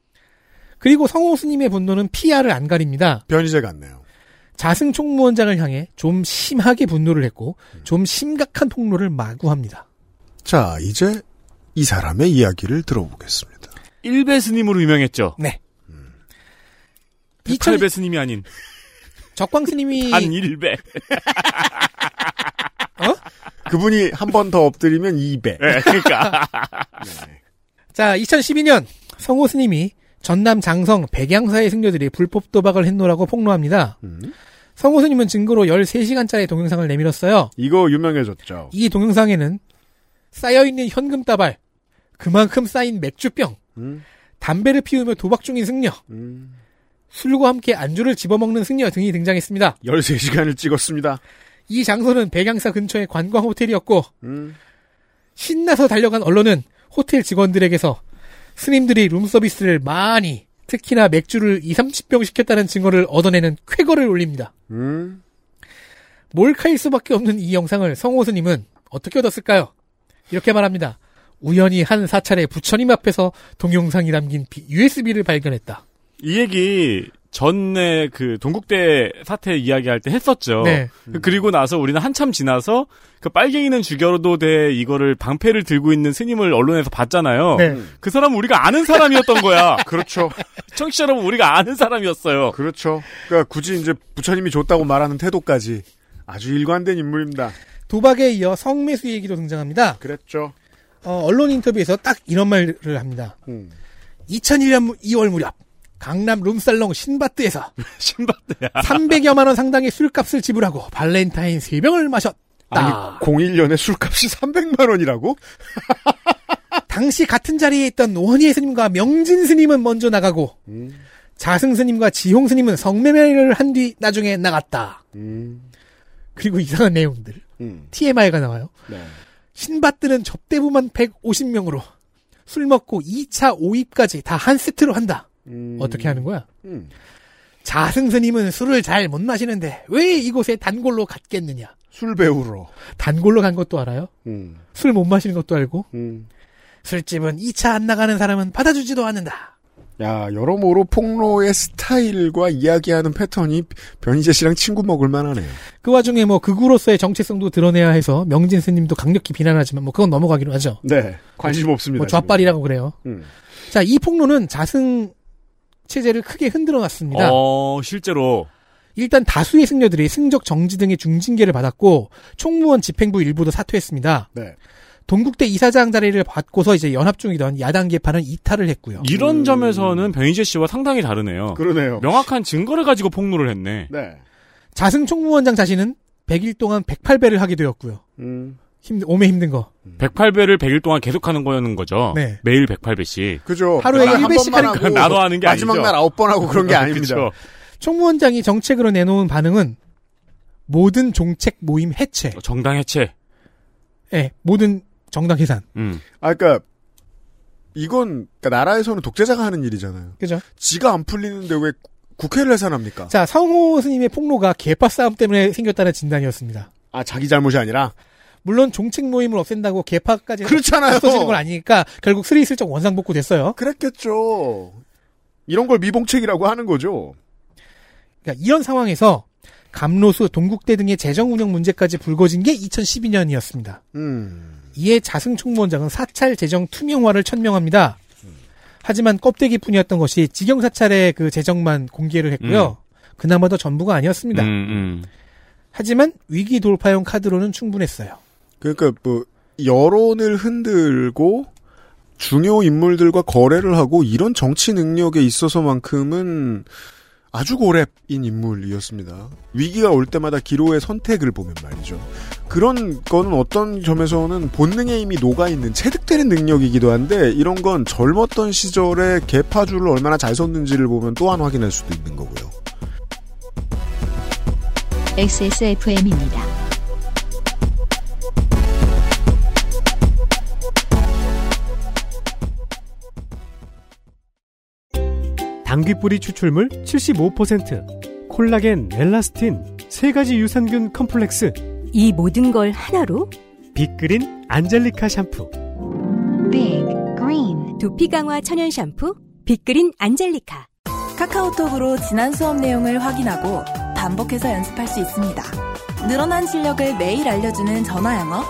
그리고 성호 스님의 분노는 피아를 안 가립니다.
변희재 같네요.
자승 총무원장을 향해 좀 심하게 분노를 했고 좀 심각한 폭로를 마구합니다.
자, 이제 이 사람의 이야기를 들어보겠습니다.
일배 스님으로 유명했죠.
네.
2 0
2000
0배 스님이 아닌
적광 스님이
한 예, 일배.
그분이 한 번 더 엎드리면 2배.
네, 그러니까
자 2012년 성호 스님이 전남 장성 백양사의 승려들이 불법 도박을 했노라고 폭로합니다.
음.
성호 스님은 증거로 13시간짜리 동영상을 내밀었어요.
이거 유명해졌죠.
이 동영상에는 쌓여있는 현금 따발, 그만큼 쌓인 맥주병,
음.
담배를 피우며 도박 중인 승려,
음.
술과 함께 안주를 집어먹는 승려 등이 등장했습니다.
13시간을 찍었습니다.
이 장소는 백양사 근처의 관광 호텔이었고
음.
신나서 달려간 언론은 호텔 직원들에게서 스님들이 룸서비스를 많이 특히나 맥주를 2, 30병 시켰다는 증거를 얻어내는 쾌거를 올립니다.
음.
몰카일 수밖에 없는 이 영상을 성호 스님은 어떻게 얻었을까요? 이렇게 말합니다. 우연히 한 사찰의 부처님 앞에서 동영상이 담긴 USB를 발견했다.
이 얘기 전에 그 동국대 사태 이야기할 때 했었죠.
네.
그리고 나서 우리는 한참 지나서 그 빨갱이는 죽여도 돼 이거를 방패를 들고 있는 스님을 언론에서 봤잖아요.
네.
그 사람은 우리가 아는 사람이었던 거야.
그렇죠.
청취자 여러분 우리가 아는 사람이었어요.
그렇죠. 그러니까 굳이 이제 부처님이 줬다고 말하는 태도까지 아주 일관된 인물입니다.
도박에 이어 성매수 얘기도 등장합니다.
그랬죠.
어, 언론 인터뷰에서 딱 이런 말을 합니다.
음.
2001년 2월 무렵 강남 룸살롱 신바트에서 신바트야 300여만 원 상당의 술값을 지불하고 발렌타인 3병을 마셨다.
아니, 01년에 술값이 300만 원이라고?
당시 같은 자리에 있던 원희 스님과 명진 스님은 먼저 나가고 자승 스님과 지홍 스님은 성매매를 한 뒤 나중에 나갔다. 그리고 이상한 내용들 TMI가 나와요.
네.
신밧드는 접대부만 150명으로 술 먹고 2차 오입까지 다 한 세트로 한다.
음,
어떻게 하는 거야?
음.
자승 스님은 술을 잘 못 마시는데 왜 이곳에 단골로 갔겠느냐?
술 배우러
단골로 간 것도 알아요.
음.
술 못 마시는 것도 알고
음.
술집은 2차 안 나가는 사람은 받아주지도 않는다.
야, 여러모로 폭로의 스타일과 이야기하는 패턴이 변희재 씨랑 친구 먹을만 하네요.
그 와중에 뭐 극으로서의 정체성도 드러내야 해서 명진 스님도 강력히 비난하지만 뭐 그건 넘어가기로 하죠.
네. 관심 없습니다.
뭐 좌빨이라고 그래요.
음.
자, 이 폭로는 자승 체제를 크게 흔들어 놨습니다.
어, 실제로.
일단 다수의 승려들이 승적 정지 등의 중징계를 받았고 총무원 집행부 일부도 사퇴했습니다.
네.
동국대 이사장 자리를 받고서 이제 연합 중이던 야당 계파는 이탈을 했고요.
이런 점에서는 변희재 씨와 상당히 다르네요.
음. 어. 그러네요.
명확한 증거를 가지고 폭로를 했네.
네.
자승 총무원장 자신은 100일 동안 108배를 하게 되었고요.
음.
힘 오메 힘든 거.
108배를 100일 동안 계속하는 거는 거죠.
네.
매일 108배씩.
그죠.
하루에
한
100배 씩그
번만
하니까
하고
나도 하는 게
마지막
아니죠.
날 아홉 번 하고 그런 게 아닙니다.
그쵸.
총무원장이 정책으로 내놓은 반응은 모든 종책 모임 해체,
정당 해체.
예, 모든 정당 해산.
음.
아, 그러니까 이건 그러니까 나라에서는 독재자가 하는 일이잖아요.
그죠?
지가 안 풀리는데 왜 국회를 해산합니까?
자, 성호 스님의 폭로가 개파 싸움 때문에 생겼다는 진단이었습니다.
아, 자기 잘못이 아니라
물론 종책 모임을 없앤다고 개파까지
그렇잖아요.
없어지는 건 아니니까 결국 스리슬쩍 원상복구 됐어요.
그랬겠죠. 이런 걸 미봉책이라고 하는 거죠.
그러니까 이런 상황에서 감로수, 동국대 등의 재정 운영 문제까지 불거진 게 2012년이었습니다.
음.
이에 자승 총무원장은 사찰 재정 투명화를 천명합니다. 하지만 껍데기뿐이었던 것이 직영 사찰의 그 재정만 공개를 했고요.
음.
그나마 도 전부가 아니었습니다.
음, 음.
하지만 위기 돌파용 카드로는 충분했어요.
그러니까 뭐 여론을 흔들고 중요 인물들과 거래를 하고 이런 정치 능력에 있어서만큼은 아주 고랩인 인물이었습니다. 위기가 올 때마다 기로의 선택을 보면 말이죠. 그런 거는 어떤 점에서는 본능의 힘이 녹아있는 체득되는 능력이기도 한데 이런 건 젊었던 시절에 개파줄을 얼마나 잘 섰는지를 보면 또한 확인할 수도 있는 거고요.
XSFM입니다.
당귀뿌리 추출물 75%, 콜라겐, 엘라스틴, 세 가지 유산균 컴플렉스,
이 모든 걸 하나로
빅그린 안젤리카 샴푸.
빅 그린 두피 강화 천연 샴푸 빅그린 안젤리카
카카오톡으로 지난 수업 내용을 확인하고 반복해서 연습할 수 있습니다. 늘어난 실력을 매일 알려주는 전화 영어.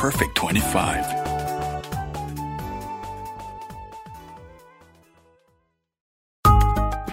Perfect 25.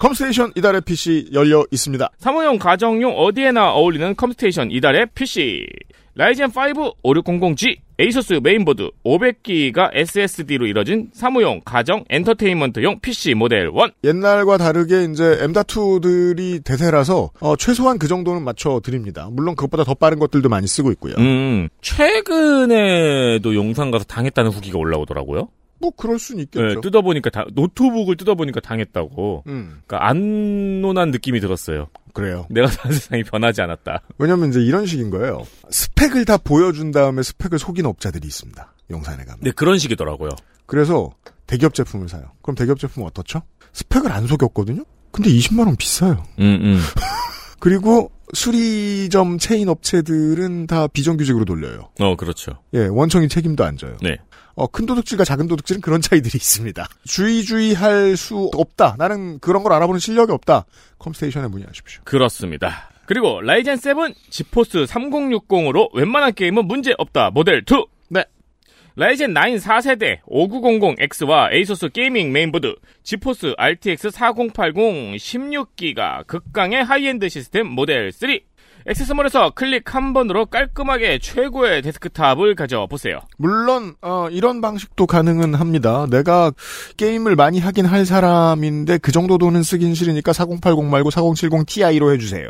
컴스테이션 이달의 PC 열려 있습니다.
사무용, 가정용 어디에나 어울리는 컴스테이션 이달의 PC. 라이젠 5 5600G 에이서스 메인보드 500기가 SSD로 이뤄진 사무용, 가정, 엔터테인먼트용 PC 모델 1.
옛날과 다르게 이제 M.2들이 대세라서 어, 최소한 그 정도는 맞춰 드립니다. 물론 그것보다 더 빠른 것들도 많이 쓰고 있고요.
음, 최근에도 용산 가서 당했다는 후기가 올라오더라고요.
뭐 그럴 순
네,
있겠죠.
뜯어보니까 다- 노트북을 뜯어보니까 당했다고.
음.
그러니까 안논한 느낌이 들었어요.
그래요.
내가 사는 세상이 변하지 않았다.
왜냐면 이제 이런 식인 거예요. 스펙을 다 보여준 다음에 스펙을 속인 업자들이 있습니다. 용산에 가면.
네, 그런 식이더라고요.
그래서 대기업 제품을 사요. 그럼 대기업 제품은 어떻죠? 스펙을 안 속였거든요? 근데 20만원 비싸요.
음, 음.
그리고 수리점 체인 업체들은 다 비정규직으로 돌려요.
어, 그렇죠.
예, 원청이 책임도 안 져요.
네.
어, 큰 도둑질과 작은 도둑질은 그런 차이들이 있습니다. 주의주의할 수 없다. 나는 그런 걸 알아보는 실력이 없다. 컴스테이션에 문의하십시오.
그렇습니다. 그리고 라이젠 7 지포스 3060으로 웬만한 게임은 문제 없다. 모델 2. 네. 라이젠 9 4세대 5900X와 에이소스 게이밍 메인보드, 지포스 RTX 4080 16기가 극강의 하이엔드 시스템 모델 3. 액세스몰에서 클릭 한 번으로 깔끔하게 최고의 데스크탑을 가져보세요.
물론 어, 이런 방식도 가능은 합니다. 내가 게임을 많이 하긴 할 사람인데 그 정도 돈은 쓰긴 싫으니까 4080 말고 4070 Ti로 해주세요.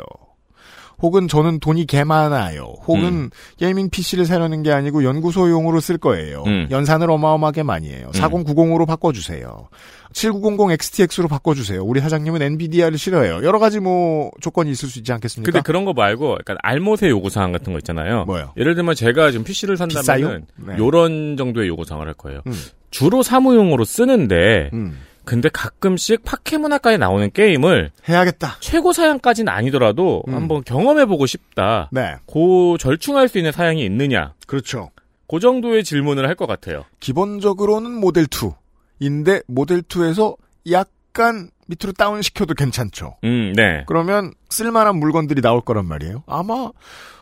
혹은 저는 돈이 개 많아요. 혹은
음.
게이밍 PC를 사려는 게 아니고 연구소용으로 쓸 거예요.
음.
연산을 어마어마하게 많이 해요. 4090으로 바꿔주세요. 7900 XTX로 바꿔주세요. 우리 사장님은 엔비디아를 싫어해요. 여러 가지 뭐 조건이 있을 수 있지 않겠습니까?
근데 그런 거 말고 약간 알못의 요구사항 같은 거 있잖아요. 예를 들면 제가 지금 PC를 산다면은
비싸요? 네.
요런 정도의 요구사항을 할 거예요.
음.
주로 사무용으로 쓰는데
음.
근데 가끔씩 파케문화가에 나오는 게임을
해야겠다.
최고 사양까지는 아니더라도
음.
한번 경험해보고 싶다.
네.
고 절충할 수 있는 사양이 있느냐.
그렇죠.
그 정도의 질문을 할 것 같아요.
기본적으로는 모델 2인데 모델 2에서 약간 밑으로 다운 시켜도 괜찮죠.
음, 네.
그러면 쓸만한 물건들이 나올 거란 말이에요. 아마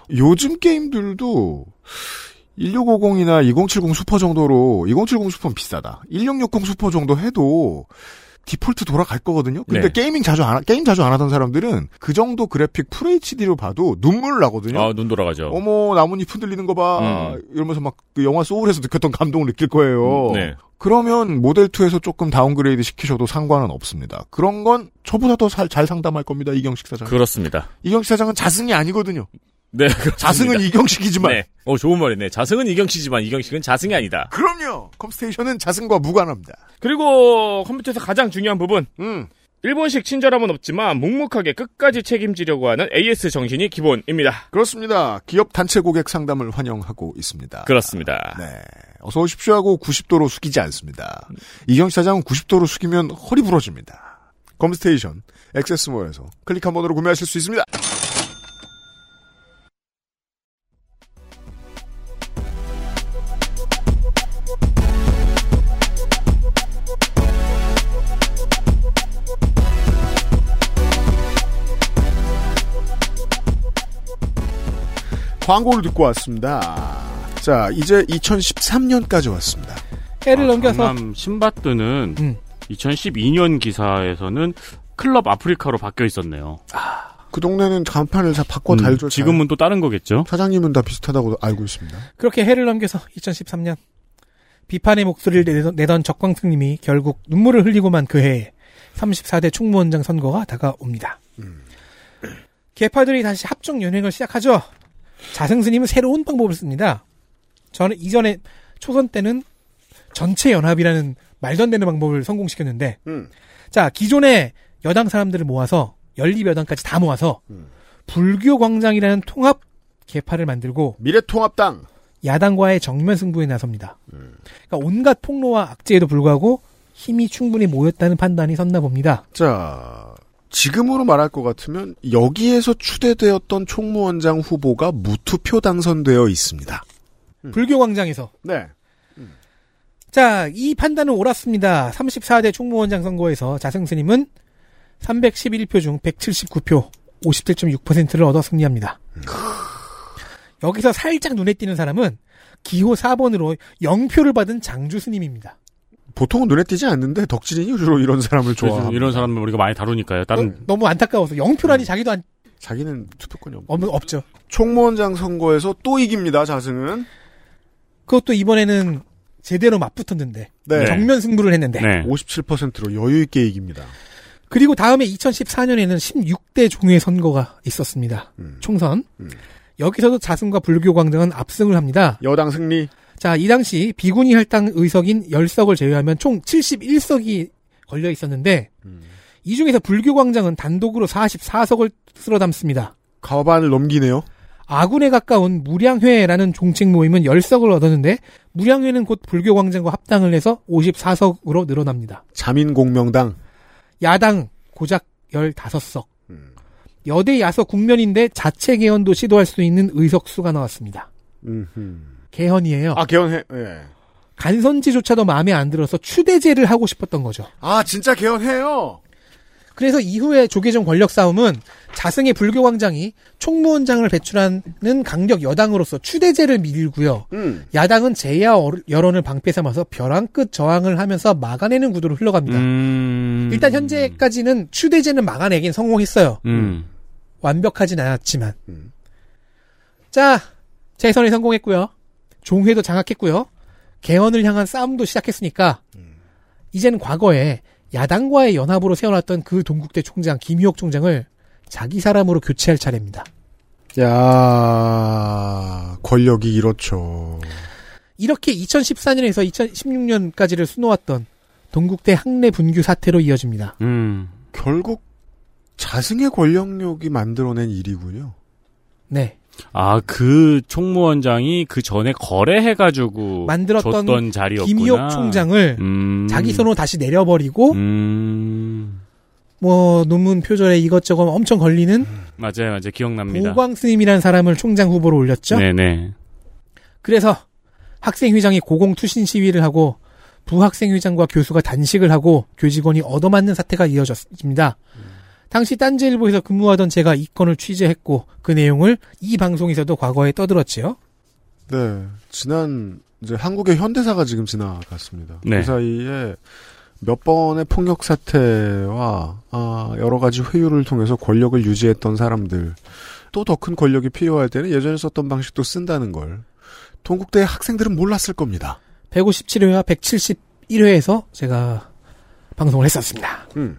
요즘 게임들도 1650이나 2070 슈퍼 정도로 2070 슈퍼는 비싸다. 1660 슈퍼 정도 해도 디폴트 돌아갈 거거든요. 근데
네.
게이밍 자주 안 하- 게임 자주 안 하던 사람들은 그 정도 그래픽 FHD로 봐도 눈물 나거든요.
아, 눈 돌아가죠.
어머 나뭇잎 흔들리는 거 봐.
음.
이러면서 막 그 영화 소울에서 느꼈던 감동을 느낄 거예요.
음, 네.
그러면 모델 2에서 조금 다운그레이드 시키셔도 상관은 없습니다. 그런 건 저보다 더 잘 상담할 겁니다. 이경식 사장.
그렇습니다.
이경식 사장은 자승이 아니거든요.
네, 그렇습니다.
자승은 이경식이지만.
네. 어, 좋은 말이네. 자승은 이경식이지만 이경식은 자승이 아니다.
그럼요. 컴스테이션은 자승과 무관합니다. 음,
그리고 컴퓨터에서 가장 중요한 부분. 일본식 친절함은 없지만 묵묵하게 끝까지 책임지려고 하는 AS 정신이 기본입니다.
그렇습니다. 기업 단체 고객 상담을 환영하고 있습니다.
그렇습니다.
네. 어서 오십시오 하고 90도로 숙이지 않습니다. 이경식 사장은 90도로 숙이면 허리 부러집니다. 컴스테이션 액세스몰에서 클릭 한 번으로 구매하실 수 있습니다. 광고를 듣고 왔습니다. 자, 이제 2013년까지 왔습니다.
아,
해를 넘겨서
남 아, 신바트는
음.
2012년 기사에서는 클럽 아프리카로 바뀌어 있었네요.
그 동네는 간판을 다 바꿔
음,
달죠.
지금은 또 다른 거겠죠?
사장님은 다 비슷하다고 알고 있습니다.
그렇게 해를 넘겨서 2013년 비판의 목소리를 내던, 내던 적광승님이 결국 눈물을 흘리고만 그 해에 34대 총무원장 선거가 다가옵니다. 개파들이 다시 합종 연행을 시작하죠. 자승스님은 새로운 방법을 씁니다. 저는 이전에 초선 때는 전체 연합이라는 말도 안 되는 방법을 성공시켰는데 자 기존의 여당 사람들을 모아서 연립 여당까지 다 모아서 불교 광장이라는 통합 개파를 만들고
미래통합당
야당과의 정면 승부에 나섭니다. 그러니까 온갖 폭로와 악재에도 불구하고 힘이 충분히 모였다는 판단이 섰나 봅니다.
자, 지금으로 말할 것 같으면 여기에서 추대되었던 총무원장 후보가 무투표 당선되어 있습니다.
불교 광장에서
네.
자, 이 판단은 옳았습니다. 34대 총무원장 선거에서 자승스님은 311표 중 179표, 57.6%를 얻어 승리합니다. 여기서 살짝 눈에 띄는 사람은 기호 4번으로 0표를 받은 장주스님입니다.
보통은 눈에 띄지 않는데 덕질인이 주로 이런 사람을 좋아합니다.
이런 사람을 우리가 많이 다루니까요.
음.
다른
너무 안타까워서 0표라니 자기도 안,
자기는 투표권이 없. 어,
없- 없죠.
총무원장 선거에서 또 이깁니다. 자승은
그것도 이번에는 제대로 맞붙었는데
네.
정면 승부를 했는데
57%로 여유 있게 이깁니다.
그리고 다음에 2014년에는 16대 종회 선거가 있었습니다.
음.
총선. 여기서도 자승과 불교광장은 압승을 합니다.
여당 승리.
자, 이 당시 비군이 할당 의석인 10석을 제외하면 총 71석이 걸려 있었는데
음.
이 중에서 불교광장은 단독으로 44석을 쓸어 담습니다.
과반을 넘기네요.
아군에 가까운 무량회라는 종책 모임은 10석을 얻었는데 무량회는 곧 불교광장과 합당을 해서 54석으로 늘어납니다.
자민공명당
야당 고작 15석. 여대 야서 국면인데 자체 개헌도 시도할 수 있는 의석수가 나왔습니다. 개헌이에요.
아, 개헌해. 예.
간선지조차도 마음에 안 들어서 추대제를 하고 싶었던 거죠.
아, 진짜 개헌해요.
그래서 이후에 조계종 권력 싸움은 자승의 불교광장이 총무원장을 배출하는 강력 여당으로서 추대제를 밀고요.
음.
야당은 제야 여론을 방패 삼아서 벼랑 끝 저항을 하면서 막아내는 구도로 흘러갑니다.
음.
일단 현재까지는 추대제는 막아내긴 성공했어요.
음.
완벽하진 않았지만. 자, 재선에 성공했고요. 종회도 장악했고요. 개헌을 향한 싸움도 시작했으니까
음.
이제는 과거에 야당과의 연합으로 세워놨던 그 동국대 총장 김희옥 총장을 자기 사람으로 교체할 차례입니다.
야, 권력이 이렇죠.
이렇게 2014년에서 2016년까지를 수놓았던 동국대 학내 분규 사태로 이어집니다.
음.
음.
결국 자승의 권력력이 만들어낸 일이군요.
네.
아, 그 총무원장이 그 전에 거래해가지고
만들었던
줬던 자리였구나.
김희옥 총장을
음.
자기 손으로 다시 내려버리고 뭐 논문 표절에 이것저것 엄청 걸리는
맞아요, 맞아요. 기억납니다.
보광 스님이라는 사람을 총장 후보로 올렸죠.
네네.
그래서 학생회장이 고공 투신 시위를 하고 부학생회장과 교수가 단식을 하고 교직원이 얻어맞는 사태가 이어졌습니다. 당시 딴지일보에서 근무하던 제가 이 건을 취재했고 그 내용을 이 방송에서도 과거에 떠들었지요.
네. 지난 이제 한국의 현대사가 지금 지나갔습니다.
네.
그 사이에 몇 번의 폭력 사태와 아, 여러 가지 회유를 통해서 권력을 유지했던 사람들 또 더 큰 권력이 필요할 때는 예전에 썼던 방식도 쓴다는 걸 동국대의 학생들은 몰랐을 겁니다.
157회와 171회에서 제가 방송을 했었습니다.
음.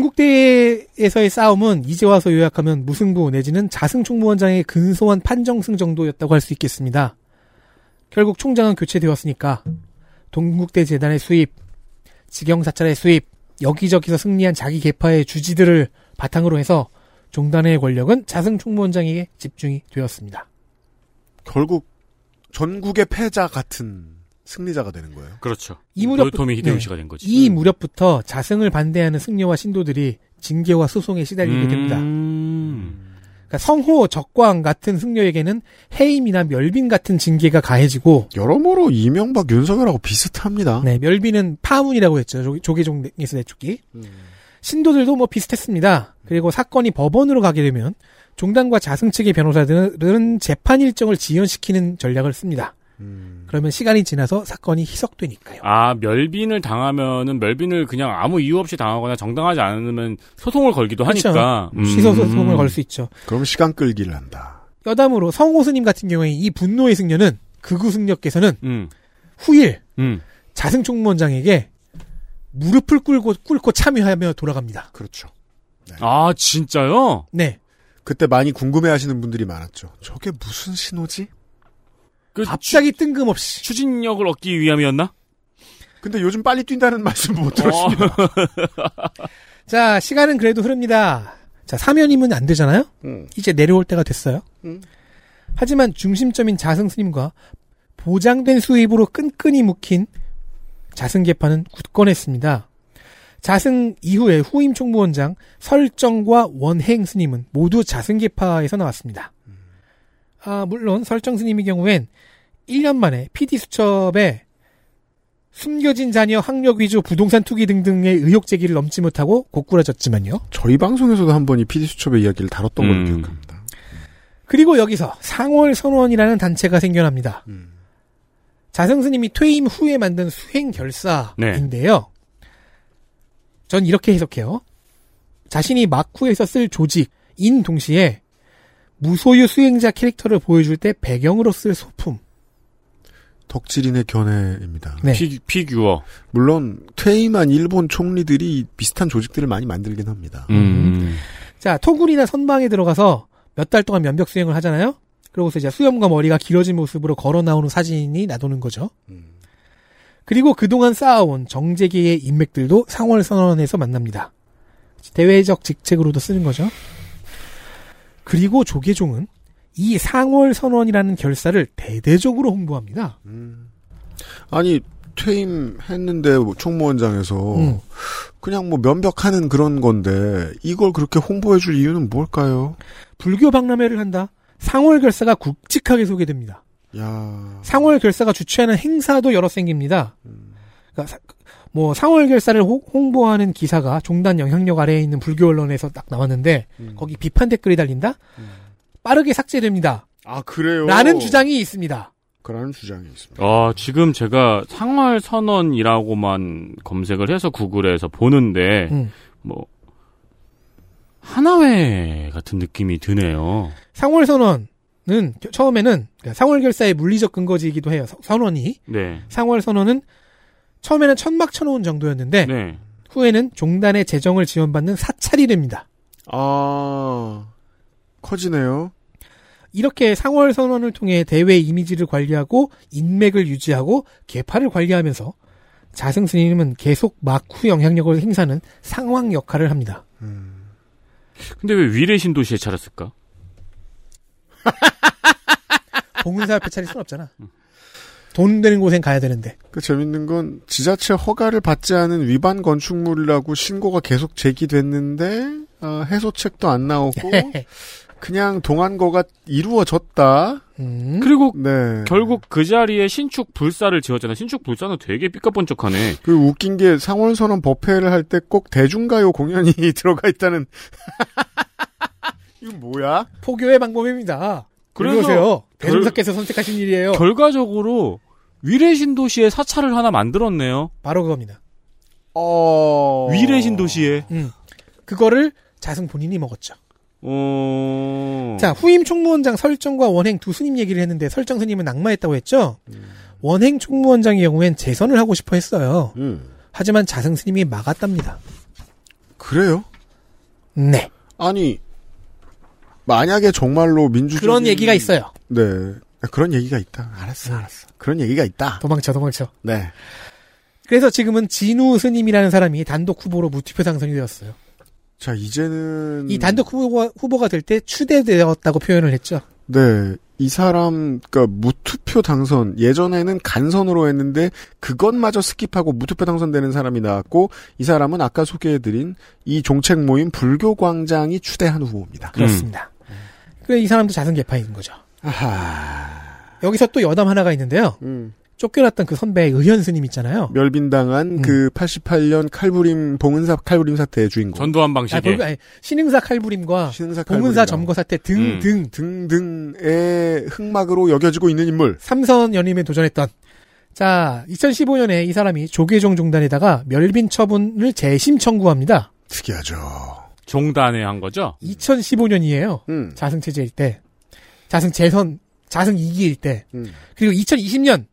동국대에서의 싸움은 이제 와서 요약하면 무승부 내지는 자승 총무원장의 근소한 판정승 정도였다고 할 수 있겠습니다. 결국 총장은 교체되었으니까 동국대 재단의 수입, 직영 사찰의 수입, 여기저기서 승리한 자기 계파의 주지들을 바탕으로 해서 종단의 권력은 자승 총무원장에게 집중이 되었습니다.
결국 전국의 패자 같은 승리자가 되는 거예요.
그렇죠.
이 무렵 네.
노토미 히데요시가 된 거지.
이 무렵부터 자승을 반대하는 승려와 신도들이 징계와 소송에
음.
시달리게
음.
됩니다. 그러니까 성호, 적광 같은 승려에게는 해임이나 멸빈 같은 징계가 가해지고
네. 여러모로 이명박, 윤석열하고 비슷합니다.
네, 멸빈은 파문이라고 했죠. 조- 조계종에서 내쫓기. 신도들도 뭐 비슷했습니다. 그리고 사건이 법원으로 가게 되면 종단과 자승 측의 변호사들은 재판 일정을 지연시키는 전략을 씁니다. 그러면 시간이 지나서 사건이 희석되니까.
아, 멸빈을 당하면은 멸빈을 그냥 아무 이유 없이 당하거나 정당하지 않으면 소송을 걸기도 하니까. 음.
그렇죠. 시소 소송을 걸 수 있죠.
그럼 시간 끌기를 한다.
여담으로 성호스님 같은 경우에 이 분노의 승려는 극우 승려께서는
음.
후일
음.
자승 총무원장에게 무릎을 꿇고 꿇고 참여하며 돌아갑니다.
그렇죠.
아, 진짜요?
네.
그때 많이 궁금해하시는 분들이 많았죠. 저게 무슨 신호지?
갑자기 뜬금없이
그 추진력을 얻기 위함이었나?
근데 요즘 빨리 뛴다는 말씀 못 들었습니다.
어,
자 시간은 그래도 흐릅니다. 자 사면임은 안 되잖아요. 이제 내려올 때가 됐어요.
음.
하지만 중심점인 자승 스님과 보장된 수입으로 끈끈이 묵힌 자승 개파는 굳건했습니다. 자승 이후에 후임 총무원장 설정과 원행 스님은 모두 자승 개파에서 나왔습니다. 아, 물론 설정 스님의 경우엔 1년 만에 PD 수첩에 숨겨진 자녀 학력 위조 부동산 투기 등등의 의혹 제기를 넘지 못하고 고꾸라졌지만요.
저희 방송에서도 한 번이 PD 수첩의 이야기를 다뤘던 걸로 기억합니다.
그리고 여기서 상월 선원이라는 단체가 생겨납니다. 자승 스님이 퇴임 후에 만든 수행 결사인데요. 전 이렇게 해석해요. 자신이 마쿠에서 쓸 조직인 동시에 무소유 수행자 캐릭터를 보여줄 때 배경으로 쓸 소품.
덕질인의 견해입니다.
네.
피, 규어
물론 퇴임한 일본 총리들이 비슷한 조직들을 많이 만들긴 합니다.
음.
음. 자, 토굴이나 선방에 들어가서 몇 달 동안 면벽 수행을 하잖아요? 그러고서 이제 수염과 머리가 길어진 모습으로 걸어 나오는 사진이 나도는 거죠. 그리고 그동안 쌓아온 정재기의 인맥들도 상월 선언에서 만납니다. 대외적 직책으로도 쓰는 거죠. 그리고 조계종은 이 상월 선언이라는 결사를 대대적으로 홍보합니다.
아니 퇴임했는데 뭐 총무원장에서
음.
그냥 뭐 면벽하는 그런 건데 이걸 그렇게 홍보해줄 이유는 뭘까요?
불교 박람회를 한다. 상월 결사가 굵직하게 소개됩니다.
야,
상월 결사가 주최하는 행사도 여러 생깁니다. 그러니까 사- 뭐 상월 결사를 호- 홍보하는 기사가 종단 영향력 아래에 있는 불교 언론에서 딱 나왔는데 거기 비판 댓글이 달린다. 빠르게 삭제됩니다.
아 그래요?
라는 주장이 있습니다.
그런 주장이 있습니다.
아, 지금 제가 상월 선언이라고만 검색을 해서 구글에서 보는데
음.
뭐 하나회 같은 느낌이 드네요.
상월 선언은 겨- 처음에는 그러니까 상월 결사의 물리적 근거지이기도 해요. 서- 선언이
네.
상월 선언은 처음에는 천막 쳐놓은
네.
정도였는데 후에는 종단의 재정을 지원받는 사찰이 됩니다.
아 커지네요.
이렇게 상월 선언을 통해 대외 이미지를 관리하고 인맥을 유지하고 계파를 관리하면서 자승 스님은 계속 막후 영향력을 행사하는 상황 역할을 합니다.
음.
근데 왜 위례 신도시에 차렸을까?
봉은사 앞에 차릴 순 없잖아. 음. 돈 되는 곳엔 가야 되는데.
그 재밌는 건 지자체 허가를 받지 않은 위반 건축물이라고 신고가 계속 제기됐는데 어, 해소책도 안 나오고
네.
그냥 동안거가 이루어졌다.
음?
그리고
네.
결국 그 자리에 신축 불사를 지었잖아. 신축 불사는 되게 삐까뻔쩍하네.
그 웃긴 게 상월선언 법회를 할 때 꼭 대중가요 공연이 들어가 있다는 이건 뭐야?
포교의 방법입니다.
그래서
그러세요.
결-
대종사께서 선택하신 일이에요.
결과적으로 위례 신도시에 사찰을 하나 만들었네요.
바로 그겁니다.
어...
위례 신도시에.
음. 그거를 자승 본인이 먹었죠.
어.
자, 후임 총무원장 설정과 원행 두 스님 얘기를 했는데 설정 스님은 낙마했다고 했죠.
음.
원행 총무원장의 경우엔 재선을 하고 싶어 했어요.
예.
하지만 자승 스님이 막았답니다.
그래요?
네.
아니 만약에 정말로 민주주의
그런 얘기가 있어요. 네.
네 그런 얘기가 있다. 알았어, 알았어. 그런 얘기가 있다.
도망쳐, 도망쳐.
네.
그래서 지금은 진우 스님이라는 사람이 단독 후보로 무투표 당선이 되었어요.
자 이제는
이 단독 후보가, 후보가 될 때 추대되었다고 표현을 했죠.
네. 이 사람, 그니까, 무투표 당선, 예전에는 간선으로 했는데, 그것마저 스킵하고 무투표 당선되는 사람이 나왔고, 이 사람은 아까 소개해드린 이 종책 모임 불교광장이 추대한 후보입니다.
그렇습니다. 그래 이 사람도 자승 개파인 거죠.
아하.
여기서 또 여담 하나가 있는데요. 쫓겨났던 그 선배 의현 스님 있잖아요.
멸빈당한
음.
그 88년 칼부림, 봉은사 칼부림 사태의 주인공.
음. 전두환
아, 결국 아니, 신흥사 칼부림과 봉은사 점거 사태
음.
등등
등등의 흑막으로 여겨지고 있는 인물.
삼선 연임에 도전했던 자 2015년에 이 사람이 조계종 종단에다가 멸빈 처분을 재심 청구합니다.
특이하죠.
종단에 한 거죠?
2015년이에요. 자승 체제일 때, 자승 재선, 자승 2기일 때, 그리고 2020년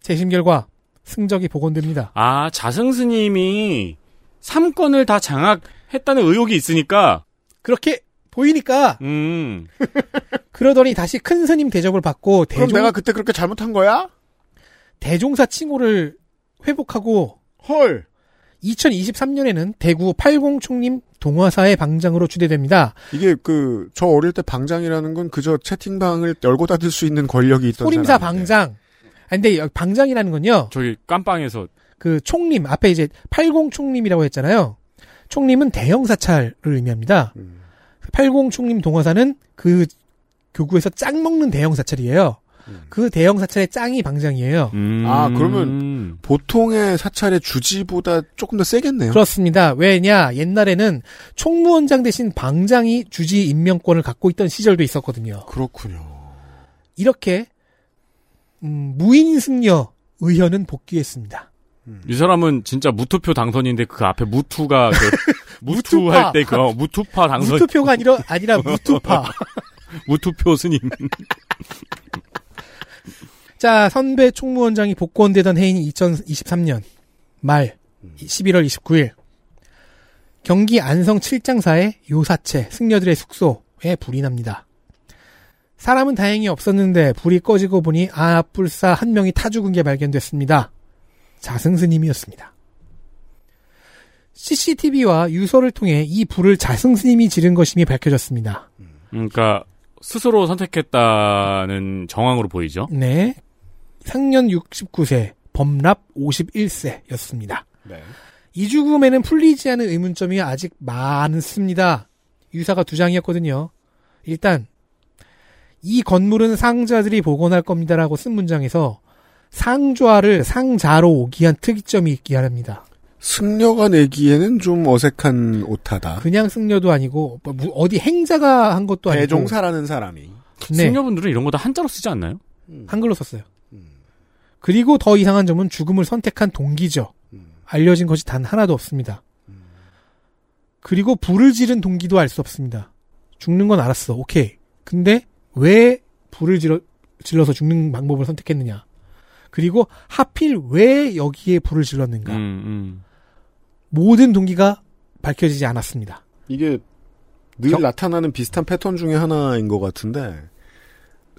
재심 결과 승적이 복원됩니다.
아, 자승 스님이 삼권을 다 장악했다는 의혹이 있으니까.
그렇게 보이니까.
음.
그러더니 다시 큰 스님 대접을 받고
그럼 내가 그때 그렇게 잘못한 거야?
대종사 칭호를 회복하고
헐
2023년에는 대구 80 총림 동화사의 방장으로 추대됩니다.
이게 그, 저 어릴 때 방장이라는 건 그저 채팅방을 열고 닫을 수 있는 권력이 있던
소림사
사람.
방장. 아, 근데 여기 방장이라는 건요.
저기 깜빵에서
그 총림 앞에 이제 80 총림이라고 했잖아요. 총림은 대형 사찰을 의미합니다.
음.
80 총림 동화사는 그 교구에서 짱 먹는 대형 사찰이에요.
음.
그 대형 사찰의 짱이 방장이에요.
아,
음.
그러면 보통의 사찰의 주지보다 조금 더 세겠네요.
그렇습니다. 왜냐 옛날에는 총무원장 대신 방장이 주지 임명권을 갖고 있던 시절도 있었거든요.
그렇군요.
이렇게 음, 무인 승려 의현은 복귀했습니다.
이 사람은 진짜 무투표 당선인데 그 앞에 무투가 그 무투
무투파.
할때 그, 어, 무투파 당선.
무투표가 아니라 아니라 무투파.
무투표 스님.
자 선배 총무원장이 복권되던 해인 2023년 말 11월 29일 경기 안성 칠장사의 요사채 승려들의 숙소에 불이 납니다. 사람은 다행히 없었는데 불이 꺼지고 보니 아불사 한 명이 타 죽은 게 발견됐습니다. 자승스님이었습니다. CCTV와 유서를 통해 이 불을 자승스님이 지른 것임이 밝혀졌습니다.
그러니까
어?
스스로 선택했다는 정황으로 보이죠.
네. 상년 69세, 범랍 51세였습니다.
네.
이 죽음에는 풀리지 않은 의문점이 아직 많습니다. 유사가 두 장이었거든요. 일단 이 건물은 상자들이 복원할 겁니다라고 쓴 문장에서 상좌를 상자로 오기한 특이점이 있기 합니다.
승려가 내기에는 좀 어색한 오타다.
그냥 승려도 아니고 뭐 무- 어디 행자가 한 것도 아니고
대종사라는 사람이.
네.
음.
승려분들은 이런 거 다 한자로 쓰지 않나요?
한글로 썼어요. 그리고 더 이상한 점은 죽음을 선택한 동기죠.
음.
알려진 것이 단 하나도 없습니다. 그리고 불을 지른 동기도 알 수 없습니다. 죽는 건 알았어. 오케이. 근데 왜 불을 질러, 질러서 죽는 방법을 선택했느냐. 그리고 하필 왜 여기에 불을 질렀는가.
그러니까. 음.
모든 동기가 밝혀지지 않았습니다.
이게 늘 나타나는 비슷한 패턴 중에 하나인 것 같은데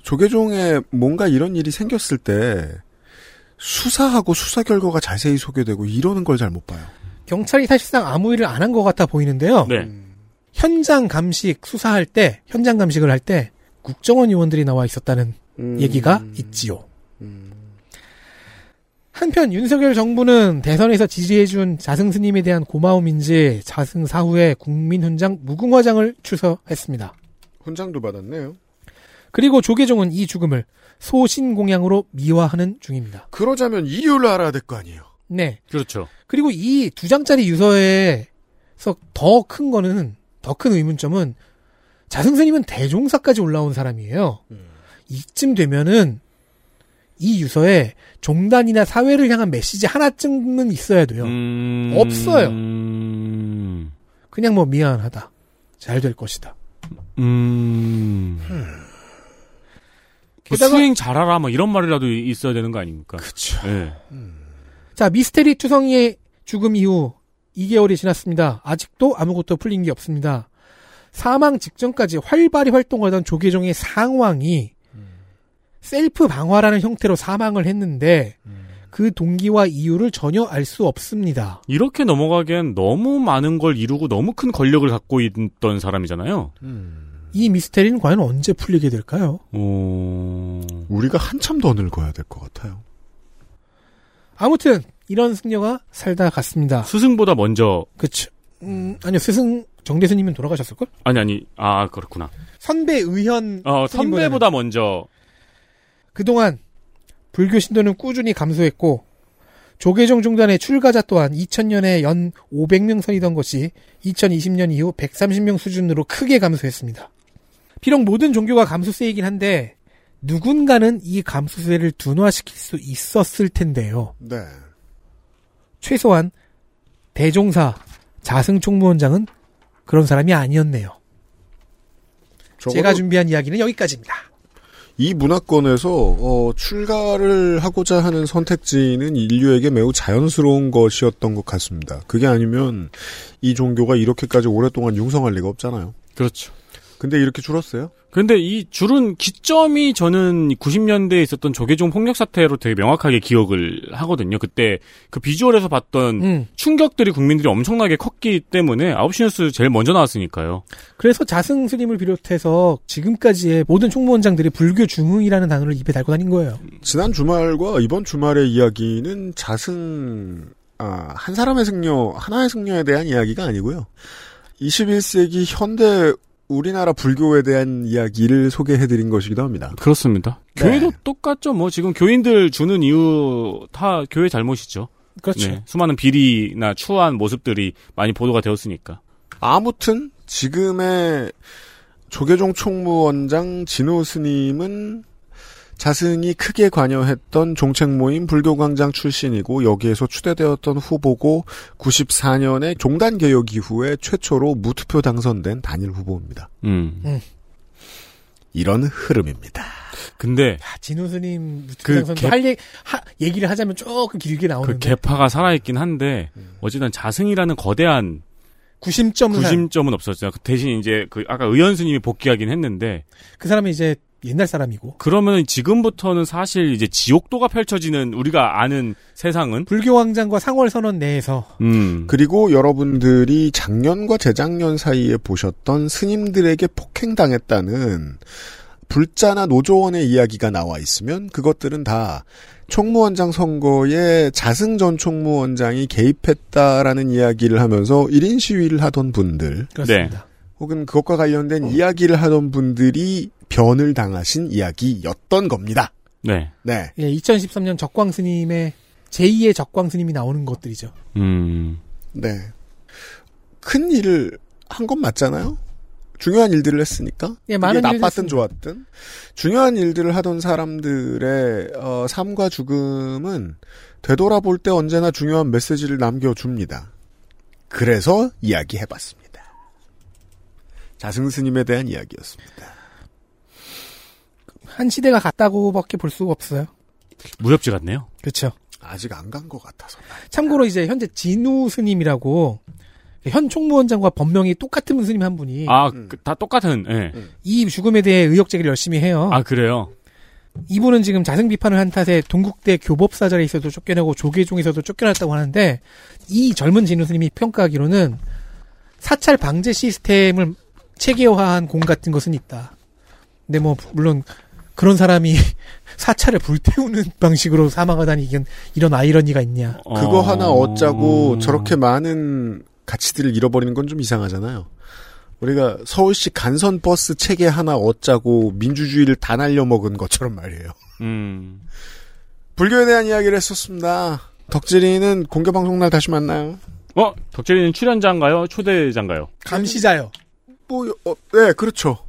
조계종에 뭔가 이런 일이 생겼을 때 수사하고 수사 결과가 자세히 소개되고 이러는 걸 잘 못 봐요.
경찰이 사실상 아무 일을 안 한 것 같아
네.
보이는데요. 현장 감식 수사할 때, 현장 감식을 할 때 국정원 요원들이 나와 있었다는
음.
얘기가 있지요. 한편 윤석열 정부는 대선에서 지지해준 자승 스님에 대한 고마움인지 자승 사후에 국민 훈장 무궁화장을 추서했습니다.
훈장도 받았네요.
그리고 조계종은 이 죽음을 소신공양으로 미화하는 중입니다.
그러자면 이유를 알아야 될 거 아니에요.
네.
그렇죠.
그리고 이 두 장짜리 유서에서 더 큰 거는 더 큰 의문점은 자승 스님은 대종사까지 올라온 사람이에요. 이쯤 되면은 이 유서에 종단이나 사회를 향한 메시지 하나쯤은 있어야 돼요.
음.
없어요. 그냥 뭐 미안하다. 잘 될 것이다.
음. 뭐
게다가-
수행 잘하라 뭐 이런 말이라도 이- 있어야 되는 거 아닙니까? 네.
그렇죠.
자, 미스테리 투성이의 죽음 이후 2개월이 지났습니다. 아직도 아무것도 풀린 게 없습니다. 사망 직전까지 활발히 활동하던 조계종의 상황이 셀프 방화라는 형태로 사망을 했는데 그 동기와 이유를 전혀 알 수 없습니다.
이렇게 넘어가기엔 너무 많은 걸 이루고 너무 큰 권력을 갖고 있던 사람이잖아요.
이 미스테리는 과연 언제 풀리게 될까요?
우리가 한참 더 늙어야 될 것 같아요.
아무튼 이런 승려가 살다 갔습니다.
아, 스승보다 먼저
그쵸. 음, 아니요. 스승 정대스님은 돌아가셨을걸?
아니 아니 아 그렇구나.
선배 의현
어
스님보다는.
선배보다 먼저
그동안 불교 신도는 꾸준히 감소했고 조계종 종단의 출가자 또한 2000년에 연 500명 선이던 것이 2020년 이후 130명 수준으로 크게 감소했습니다. 비록 모든 종교가 감소세이긴 한데 누군가는 이 감소세를 둔화시킬 수 있었을 텐데요.
네.
최소한 대종사 자승 총무원장은 그런 사람이 아니었네요. 제가 준비한 이야기는 여기까지입니다.
이 문화권에서 어, 출가를 하고자 하는 선택지는 인류에게 매우 자연스러운 것이었던 것 같습니다. 그게 아니면 이 종교가 이렇게까지 오랫동안 융성할 리가 없잖아요.
그렇죠.
근데 이렇게 줄었어요?
근데 이 줄은 기점이 저는 90년대에 있었던 조계종 폭력 사태로 되게 명확하게 기억을 하거든요. 그때 그 비주얼에서 봤던 충격들이 국민들이 엄청나게 컸기 때문에 9시 뉴스 제일 먼저 나왔으니까요.
그래서 자승 스님을 비롯해서 지금까지의 모든 총무원장들이 불교 중흥이라는 단어를 입에 달고 다닌 거예요.
지난 주말과 이번 주말의 이야기는 자승 아, 한 사람의 승려 하나의 승려에 대한 이야기가 아니고요. 21세기 현대 우리나라 불교에 대한 이야기를 소개해드린 것이기도 합니다.
그렇습니다.
네.
교회도 똑같죠. 뭐 지금 교인들 주는 이유 다 교회 잘못이죠. 네.
그렇죠.
수많은 비리나 추한 모습들이 많이 보도가 되었으니까.
아무튼 지금의 조계종 총무원장 진호 스님은 자승이 크게 관여했던 종책 모임 불교광장 출신이고 여기에서 추대되었던 후보고 94년에 종단 개혁 이후에 최초로 무투표 당선된 단일 후보입니다.
음.
음.
이런 흐름입니다.
근데
아, 진호 스님
그
무투당선
개-
할 얘기, 하- 얘기를 하자면 조금 길게
그
나오는데 음.
개파가 살아있긴 한데 어쨌든 자승이라는 거대한
구심점은 한-
구심점은 없었어요. 그 대신 이제 그 아까 의원 스님이 복귀하긴 했는데
그 사람이 이제 옛날 사람이고
그러면 지금부터는 사실 이제 지옥도가 펼쳐지는 우리가 아는 세상은
불교왕장과 상월선언 내에서
음. 그리고 여러분들이 작년과 재작년 사이에 보셨던 스님들에게 폭행당했다는 불자나 노조원의 이야기가 나와 있으면 그것들은 다 총무원장 선거에 자승 전 총무원장이 개입했다라는 이야기를 하면서 1인 시위를 하던 분들.
그렇습니다.
혹은 그것과 관련된 이야기를 하던 분들이 변을 당하신 이야기였던 겁니다.
네.
네.
예, 2013년 적광 스님의 제2의 적광 스님이 나오는 것들이죠.
음.
네. 큰 일을 한 건 맞잖아요? 중요한 일들을 했으니까.
예, 많은
이게
일을
나빴든
했습니다.
좋았든. 중요한 일들을 하던 사람들의 어, 삶과 죽음은 되돌아볼 때 언제나 중요한 메시지를 남겨줍니다. 그래서 이야기해봤습니다. 자승스님에 대한 이야기였습니다.
한 시대가 같다고밖에 볼 수가 없어요.
무협지 같네요.
그렇죠.
아직 안 간 것 같아서.
참고로 이제 현재 진우 스님이라고 현 총무원장과 법명이 똑같은 스님 한 분이
아, 그, 다 똑같은, 예.
이 예. 음. 죽음에 대해 의혹 제기를 열심히 해요.
아, 그래요?
이분은 지금 자승 비판을 한 탓에 동국대 교법사절에 있어도 쫓겨내고 조계종에서도 쫓겨났다고 하는데 이 젊은 진우 스님이 평가하기로는 사찰 방제 시스템을 체계화한 공 같은 것은 있다. 근데 뭐 물론 그런 사람이 사찰을 불태우는 방식으로 사망하다니 이건 이런 아이러니가
어.
있냐.
그거 하나 어- 얻자고 저렇게 많은 가치들을 잃어버리는 건 좀 이상하잖아요. 우리가 서울시 간선 버스 체계 하나 얻자고 민주주의를 다 날려먹은 것처럼 말이에요.
음.
불교에 대한 이야기를 했었습니다. 덕질이는 공개 방송 날 다시 만나요.
어, 덕질이는 출연자인가요? 초대자인가요?
감시자요.
뭐, 어, 네, 그렇죠.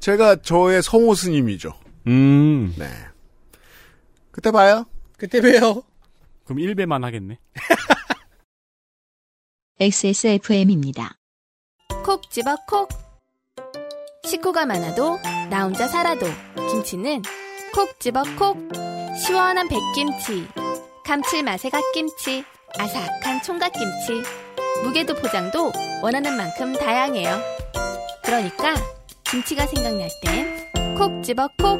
제가 저의 성호 스님이죠.
음.
네. 그때 봐요.
그때 봬요.
그럼 1배만 하겠네.
XSFM입니다.
콕 집어 콕. 식구가 많아도 나 혼자 살아도 김치는 콕 집어 콕. 시원한 백김치, 감칠맛의 갓김치, 아삭한 총각김치. 무게도 포장도 원하는 만큼 다양해요. 그러니까 김치가 생각날 땐 콕 집어 콕.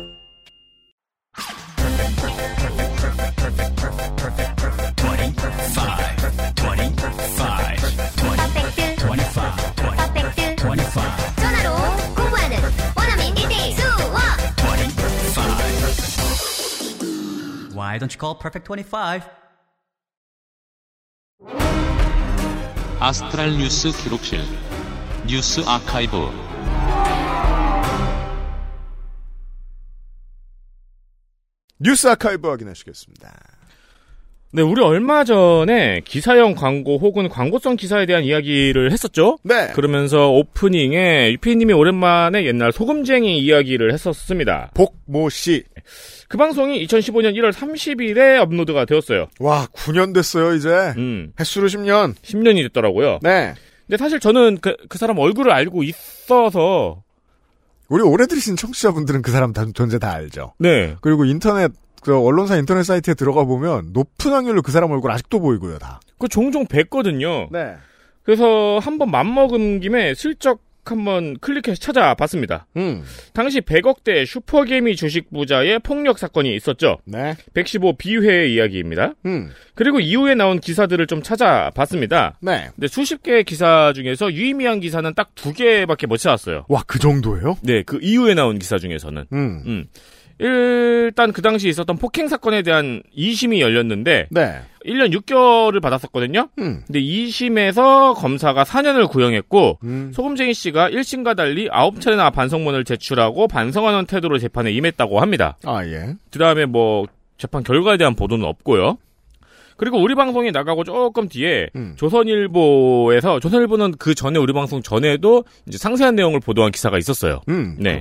전화로 공부하는 원어민 1대1 수업
Why don't you call Perfect 25?
아스트랄 뉴스 기록실 뉴스 아카이브
뉴스 아카이브 확인하시겠습니다.
네, 우리 얼마 전에 기사형 광고 혹은 광고성 기사에 대한 이야기를 했었죠?
네.
그러면서 오프닝에 유피님이 오랜만에 옛날 소금쟁이 이야기를 했었습니다.
복모 씨.
그 방송이 2015년 1월 30일에 업로드가 되었어요.
와, 9년 됐어요, 이제.
음.
횟수로 10년.
10년이 됐더라고요.
네.
근데 사실 저는 그, 그 사람 얼굴을 알고 있어서
우리 오래 들으신 청취자분들은 그 사람 다- 존재 다 알죠.
네.
그리고 인터넷 그 언론사 인터넷 사이트에 들어가 보면 높은 확률로 그 사람 얼굴 아직도 보이고요, 다.
그 종종 뵀거든요.
네.
그래서 한번 맘먹은 김에 슬쩍 한번 클릭해서 찾아봤습니다.
음.
당시 100억대 슈퍼개미 주식 부자의 폭력 사건이 있었죠.
네.
115 비회의 이야기입니다. 그리고 이후에 나온 기사들을 좀 찾아봤습니다.
네.
근데 수십 개의 기사 중에서 유의미한 기사는 딱 두 개밖에 못 찾았어요.
와, 그 정도예요?
네, 그 이후에 나온 기사 중에서는.
음.
음. 일단 그 당시 있었던 폭행 사건에 대한 2심이 열렸는데
네.
1년 6개월을 받았었거든요.
음.
근데 2심에서 검사가 4년을 구형했고 소금쟁이 씨가 1심과 달리 9차례나 반성문을 제출하고 반성하는 태도로 재판에 임했다고 합니다.
아, 예.
그다음에 뭐 재판 결과에 대한 보도는 없고요. 그리고 우리 방송이 나가고 조금 뒤에 조선일보에서 조선일보는 그 전에 우리 방송 전에도 이제 상세한 내용을 보도한 기사가 있었어요.
음,
네.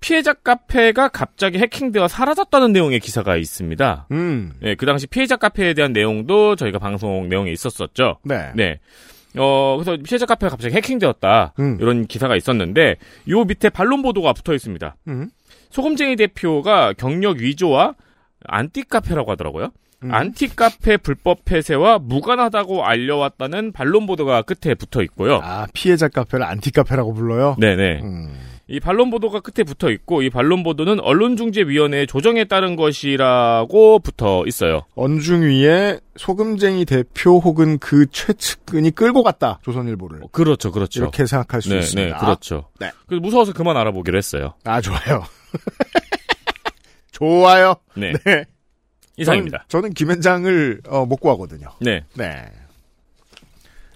피해자 카페가 갑자기 해킹되어 사라졌다는 내용의 기사가 있습니다.
음.
네, 그 당시 피해자 카페에 대한 내용도 저희가 방송 내용에 있었었죠.
네.
어, 그래서 피해자 카페가 갑자기 해킹되었다. 이런 기사가 있었는데 요 밑에 반론 보도가 붙어 있습니다.
음.
소금쟁이 대표가 경력 위조와 안티 카페라고 하더라고요. 안티 카페 불법 폐쇄와 무관하다고 알려왔다는 반론 보도가 끝에 붙어 있고요.
아, 피해자 카페를 안티 카페라고 불러요? 음.
네네. 이 반론 보도가 끝에 붙어 있고 이 반론 보도는 언론중재위원회 조정에 따른 것이라고 붙어 있어요.
언중위에 소금쟁이 대표 혹은 그 최측근이 끌고 갔다. 조선일보를.
그렇죠, 그렇죠.
이렇게 생각할 수
네,
있습니다.
네, 그렇죠.
네.
그래서 무서워서 그만 알아보기로 했어요.
아, 좋아요. 좋아요.
네. 이상입니다.
저는, 저는 김현장을 어, 못 구하거든요.
네.
네.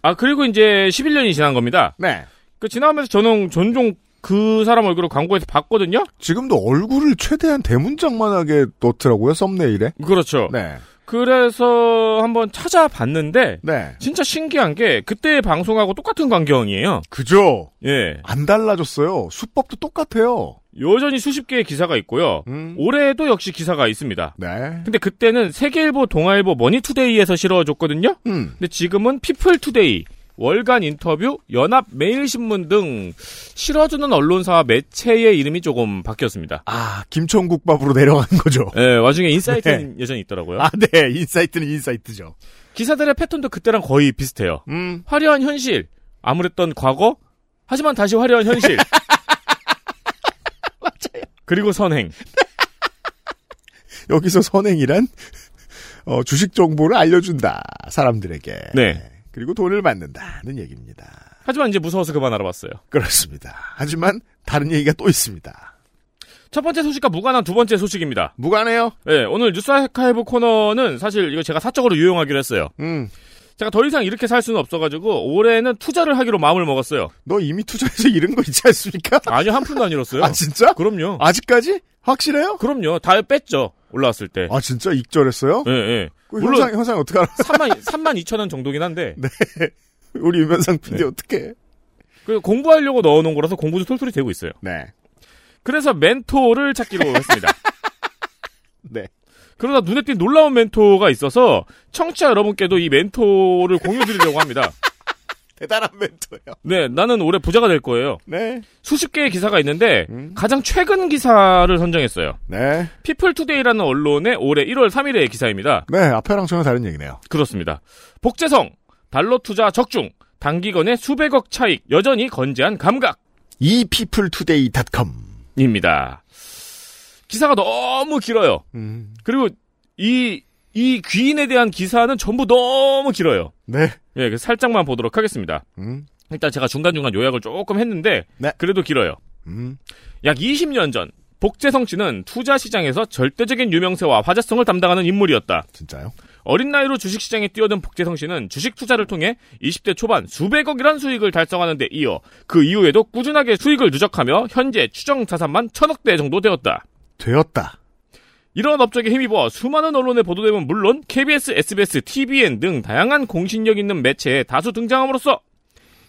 아 그리고 이제 11년이 지난 겁니다.
네.
그 지나면서 저는 종종 그 사람 얼굴을 광고에서 봤거든요.
지금도 얼굴을 최대한 대문짝만하게 넣더라고요, 썸네일에.
그렇죠.
네.
그래서 한번 찾아봤는데
네.
진짜 신기한 게 그때 방송하고 똑같은 광경이에요.
그죠?
예.
안 달라졌어요. 수법도 똑같아요.
여전히 수십 개의 기사가 있고요. 올해도 역시 기사가 있습니다.
네.
근데 그때는 세계일보, 동아일보, 머니투데이에서 실어줬거든요. 근데 지금은 피플투데이, 월간 인터뷰, 연합 매일신문 등 실어주는 언론사와 매체의 이름이 조금 바뀌었습니다.
아, 김천국밥으로 내려간 거죠.
네, 와중에 인사이트는 여전히 있더라고요.
아, 네. 인사이트는 인사이트죠.
기사들의 패턴도 그때랑 거의 비슷해요. 화려한 현실, 아무랬던 과거, 하지만 다시 화려한 현실. 그리고 선행.
여기서 선행이란 어, 주식 정보를 알려준다. 사람들에게.
네.
그리고 돈을 받는다는 얘기입니다.
하지만 이제 무서워서 그만 알아봤어요.
그렇습니다. 하지만 다른 얘기가 또 있습니다.
첫 번째 소식과 무관한 두 번째 소식입니다.
무관해요?
네, 오늘 뉴스 아카이브 코너는 사실 이거 제가 사적으로 유용하기로 했어요.
음.
제가 더 이상 이렇게 살 수는 없어가지고 올해는 투자를 하기로 마음을 먹었어요.
너 이미 투자해서 잃은 거 있지 않습니까?
아니요, 한 푼도 안 잃었어요.
아, 진짜?
그럼요.
아직까지? 확실해요?
그럼요. 다 뺐죠. 올라왔을 때.
아, 진짜 익절했어요?
예, 예.
그 현상, 현상 어떻게 알아?
3만, 3만 2천 원 정도긴 한데.
네. 우리 유면상 PD 어떻게?
그 공부하려고 넣어놓은 거라서 공부도 톨톨이 되고 있어요.
네.
그래서 멘토를 찾기로 했습니다.
네.
그러다 눈에 띈 놀라운 멘토가 있어서 청취자 여러분께도 이 멘토를 공유드리려고 합니다.
대단한 멘토예요.
네, 나는 올해 부자가 될 거예요.
네.
수십 개의 기사가 있는데 가장 최근 기사를 선정했어요.
네.
피플투데이라는 언론의 올해 1월 3일의 기사입니다.
네, 앞에랑 전혀 다른 얘기네요.
그렇습니다. 복제성, 달러 투자 적중, 단기간에 수백억 차익, 여전히 건재한 감각.
epeopletoday.com입니다.
기사가 너무 길어요.
음.
그리고 이, 이 귀인에 대한 기사는 전부 너무 길어요.
네.
예, 그래서 살짝만 보도록 하겠습니다.
음. 네.
일단 제가 중간중간 요약을 조금 했는데, 그래도 길어요.
음.
약 20년 전, 복재성 씨는 투자 시장에서 절대적인 유명세와 화제성을 담당하는 인물이었다.
진짜요?
어린 나이로 주식시장에 뛰어든 복재성 씨는 주식 투자를 통해 20대 초반 수백억이란 수익을 달성하는 데 이어 그 이후에도 꾸준하게 수익을 누적하며 현재 추정 자산만 천억 대 정도 되었다.
되었다.
이런 업적에 힘입어 수많은 언론에 보도됨은 물론 KBS, SBS, TBN 등 다양한 공신력 있는 매체에 다수 등장함으로써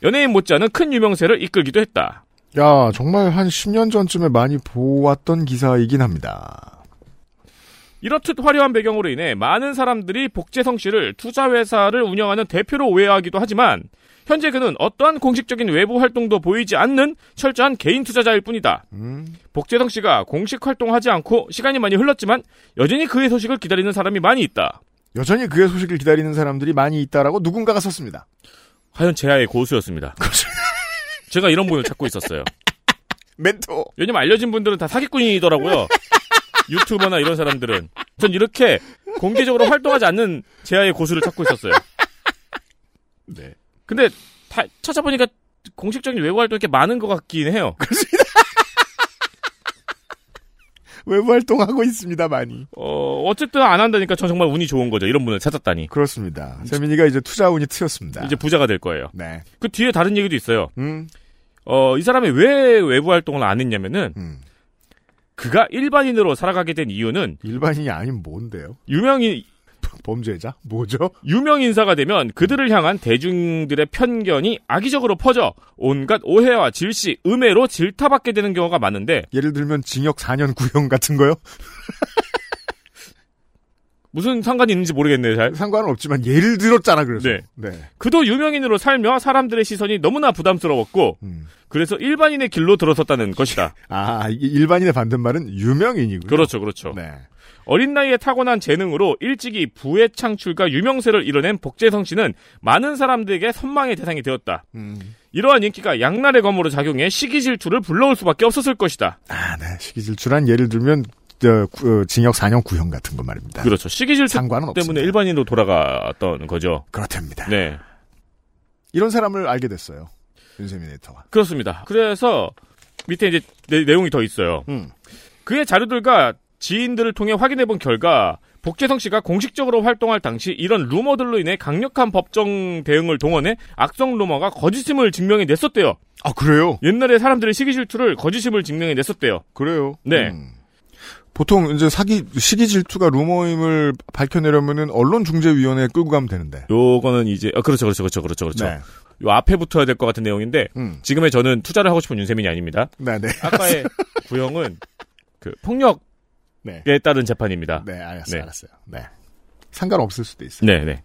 연예인 못지않은 큰 유명세를 이끌기도 했다.
야, 정말 한 10년 전쯤에 많이 보았던 기사이긴 합니다.
이렇듯 화려한 배경으로 인해 많은 사람들이 복재성 씨를 투자회사를 운영하는 대표로 오해하기도 하지만 현재 그는 어떠한 공식적인 외부 활동도 보이지 않는 철저한 개인 투자자일 뿐이다. 복재성 씨가 공식 활동하지 않고 시간이 많이 흘렀지만 여전히 그의 소식을 기다리는 사람이 많이 있다.
여전히 그의 소식을 기다리는 사람들이 많이 있다라고 누군가가 썼습니다.
하연 제아의 고수였습니다.
그렇죠.
제가 이런 분을 찾고 있었어요.
멘토.
왜냐면 알려진 분들은 다 사기꾼이더라고요. 유튜버나 이런 사람들은. 전 이렇게 공개적으로 활동하지 않는 제아의 고수를 찾고 있었어요.
네.
근데 다 찾아보니까 공식적인 외부 활동 이렇게 많은 것 같긴 해요.
외부 활동하고 있습니다, 많이.
어, 어쨌든 안 한다니까 전 정말 운이 좋은 거죠. 이런 분을 찾았다니.
그렇습니다. 세민이가 이제 투자운이 트였습니다.
이제 부자가 될 거예요.
네.
그 뒤에 다른 얘기도 있어요.
음.
어, 이 사람이 왜 외부 활동을 안 했냐면은 그가 일반인으로 살아가게 된 이유는
일반인이 아닌 뭔데요?
유명인
범죄자? 뭐죠?
유명 인사가 되면 그들을 향한 대중들의 편견이 악의적으로 퍼져 온갖 오해와 질시, 음해로 질타받게 되는 경우가 많은데
예를 들면 징역 4년 구형 같은 거요?
무슨 상관이 있는지 모르겠네요. 잘.
상관은 없지만 예를 들었잖아 그래서.
네.
네.
그도 유명인으로 살며 사람들의 시선이 너무나 부담스러웠고 그래서 일반인의 길로 들어섰다는 것이다.
아, 이- 일반인의 반대말은 유명인이고요.
그렇죠, 그렇죠. 어린 나이에 타고난 재능으로 일찍이 부의 창출과 유명세를 이뤄낸 복재성 씨는 많은 사람들에게 선망의 대상이 되었다.
음.
이러한 인기가 양날의 검으로 작용해 시기 질투를 불러올 수밖에 없었을 것이다.
아, 네. 시기질투란 예를 들면 저, 구- 어, 징역 4년 구형 같은 거 말입니다.
그렇죠. 시기 질투
상관은
때문에 일반인으로 돌아갔던 거죠.
그렇답니다.
네.
이런 사람을 알게 됐어요. 윤세민 에디터가.
그렇습니다. 그래서 밑에 이제 내, 내용이 더 있어요.
음.
그의 자료들과 지인들을 통해 확인해 본 결과 복재성 씨가 공식적으로 활동할 당시 이런 루머들로 인해 강력한 법정 대응을 동원해 악성 루머가 거짓임을 증명해 냈었대요.
아, 그래요?
옛날에 사람들의 시기 질투를 거짓임을 증명해 냈었대요.
그래요? 음.
네.
보통 이제 사기 시기 질투가 루머임을 밝혀내려면은 언론 중재위원회에 끌고 가면 되는데.
요거는 이제 아, 그렇죠, 그렇죠, 그렇죠, 그렇죠, 그렇죠.
네. 음.
요 앞에 붙어야 될 것 같은 내용인데 지금의 저는 투자를 하고 싶은 윤세민이 아닙니다.
네, 네.
아까의 구형은 그 폭력에
네.
따른 재판입니다.
네, 알았어요, 알았어요. 네. 상관없을 수도 있어요.
네, 네.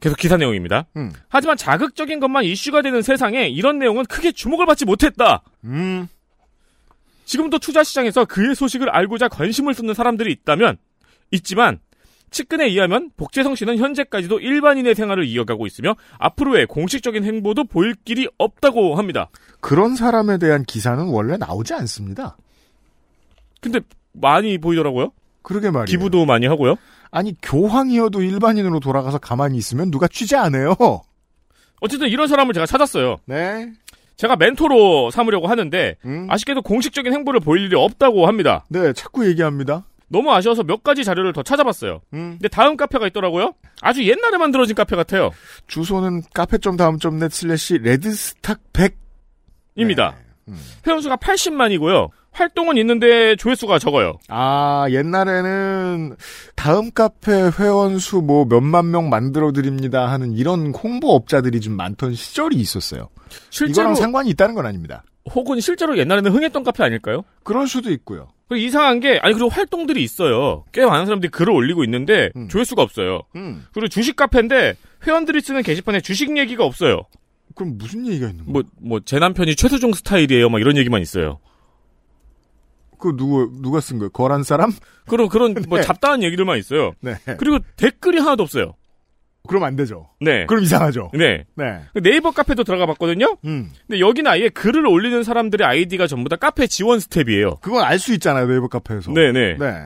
계속 기사 내용입니다.
음.
하지만 자극적인 것만 이슈가 되는 세상에 이런 내용은 크게 주목을 받지 못했다.
음.
지금도 투자 시장에서 그의 소식을 알고자 관심을 쏟는 사람들이 있다면 있지만 측근에 의하면 복재성 씨는 현재까지도 일반인의 생활을 이어가고 있으며 앞으로의 공식적인 행보도 보일 길이 없다고 합니다.
그런 사람에 대한 기사는 원래 나오지 않습니다.
근데 많이 보이더라고요.
그러게 말이에요.
기부도 많이 하고요.
아니 교황이어도 일반인으로 돌아가서 가만히 있으면 누가 취재 안 해요.
어쨌든 이런 사람을 제가 찾았어요.
네.
제가 멘토로 삼으려고 하는데
음?
아쉽게도 공식적인 행보를 보일 일이 없다고 합니다.
네, 자꾸 얘기합니다.
너무 아쉬워서 몇 가지 자료를 더 찾아봤어요. 근데 다음 카페가 있더라고요. 아주 옛날에 만들어진 카페 같아요.
주소는 카페점 다음 점 넷 슬래시 레드스탁 100
입니다.
네. 음.
회원수가 80만이고요. 활동은 있는데 조회수가 적어요.
아, 옛날에는 다음 카페 회원수 뭐 몇만 명 만들어 드립니다 하는 이런 홍보업자들이 좀 많던 시절이 있었어요.
실제로-
이거랑 상관이 있다는 건 아닙니다.
혹은 실제로 옛날에는 흥했던 카페 아닐까요?
그럴 수도 있고요.
그리고 이상한 게 아니 그리고 활동들이 있어요. 꽤 많은 사람들이 글을 올리고 있는데
음.
조회수가 없어요. 그리고 주식 카페인데 회원들이 쓰는 게시판에 주식 얘기가 없어요.
그럼 무슨 얘기가 있는
뭐 뭐 제 남편이 최수종 스타일이에요. 막 이런 얘기만 있어요.
그 누구 누가 쓴 거예요? 거란 사람?
그런 그런 뭐 잡다한 얘기들만 있어요.
네.
그리고 댓글이 하나도 없어요.
그럼 안 되죠.
네.
아, 그럼 이상하죠.
네.
네. 음.
그 네이버 카페도 들어가 봤거든요. 근데 여기는 아예 글을 올리는 사람들의 아이디가 전부 다 카페 지원 스텝이에요.
그건 알 수 있잖아요. 네이버 카페에서.
네네.
네.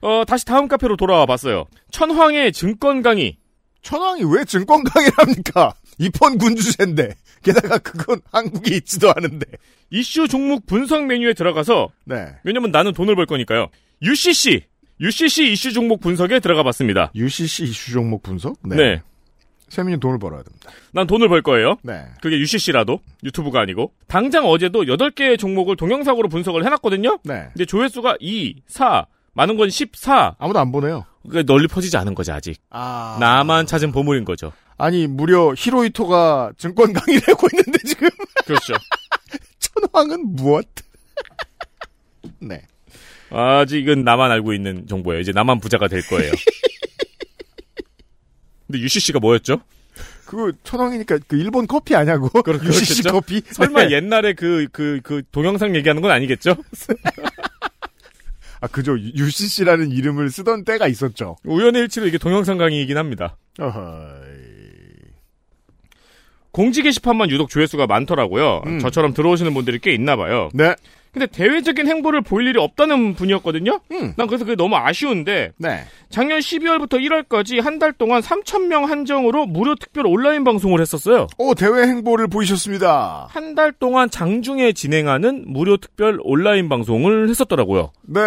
어, 다시 다음 카페로 돌아와 봤어요. 천황의 증권 강의.
천황이 왜 증권 강의랍니까? 입헌 군주제인데. 게다가 그건 한국에 있지도 않은데.
이슈 종목 분석 메뉴에 들어가서
네.
왜냐면 나는 돈을 벌 거니까요. UCC. UCC 이슈 종목 분석에 들어가 봤습니다.
UCC 이슈 종목 분석? 네. 세민이 돈을 벌어야 됩니다.
난 돈을 벌 거예요.
네.
그게 UCC라도 유튜브가 아니고 당장 어제도 8개의 종목을 동영상으로 분석을 해놨거든요.
네.
근데 조회수가 2, 4, 많은 건 14.
아무도 안 보네요.
그러니까 널리 퍼지지 않은 거지 아직.
아.
나만 찾은 보물인 거죠.
아니 무려 히로히토가 증권 강의를 하고 있는데 지금
그렇죠.
천황은 무엇? 네.
아직은 나만 알고 있는 정보예요. 이제 나만 부자가 될 거예요. 근데 UCC가 뭐였죠?
그거 천황이니까 그 일본 커피 아냐고. UCC
그렇겠죠?
커피.
설마
네.
옛날에 그, 그, 그 동영상 얘기하는 건 아니겠죠?
아 그죠. UCC라는 이름을 쓰던 때가 있었죠.
우연의 일치로 이게 동영상 강의이긴 합니다. 공지 게시판만 유독 조회수가 많더라고요. 저처럼 들어오시는 분들이 꽤 있나 봐요.
네.
근데 대외적인 행보를 보일 일이 없다는 분이었거든요? 난 그래서 그게 너무 아쉬운데.
네.
작년 12월부터 1월까지 한 달 동안 3,000명 한정으로 무료 특별 온라인 방송을 했었어요.
오, 대외 행보를 보이셨습니다.
한 달 동안 장중에 진행하는 무료 특별 온라인 방송을 했었더라고요.
네.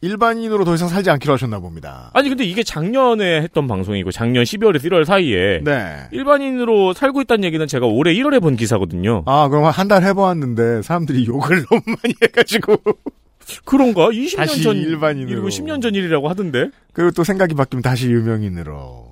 일반인으로 더 이상 살지 않기로 하셨나 봅니다.
아니 근데 이게 작년에 했던 방송이고 작년 12월에서 1월 사이에
네.
일반인으로 살고 있다는 얘기는 제가 올해 1월에 본 기사거든요.
아, 그럼 한 달 해보았는데 사람들이 욕을 너무 많이 해가지고.
그런가? 20년
다시
전
일반인으로.
그리고 10년 전 일이라고 하던데.
그리고 또 생각이 바뀌면 다시 유명인으로.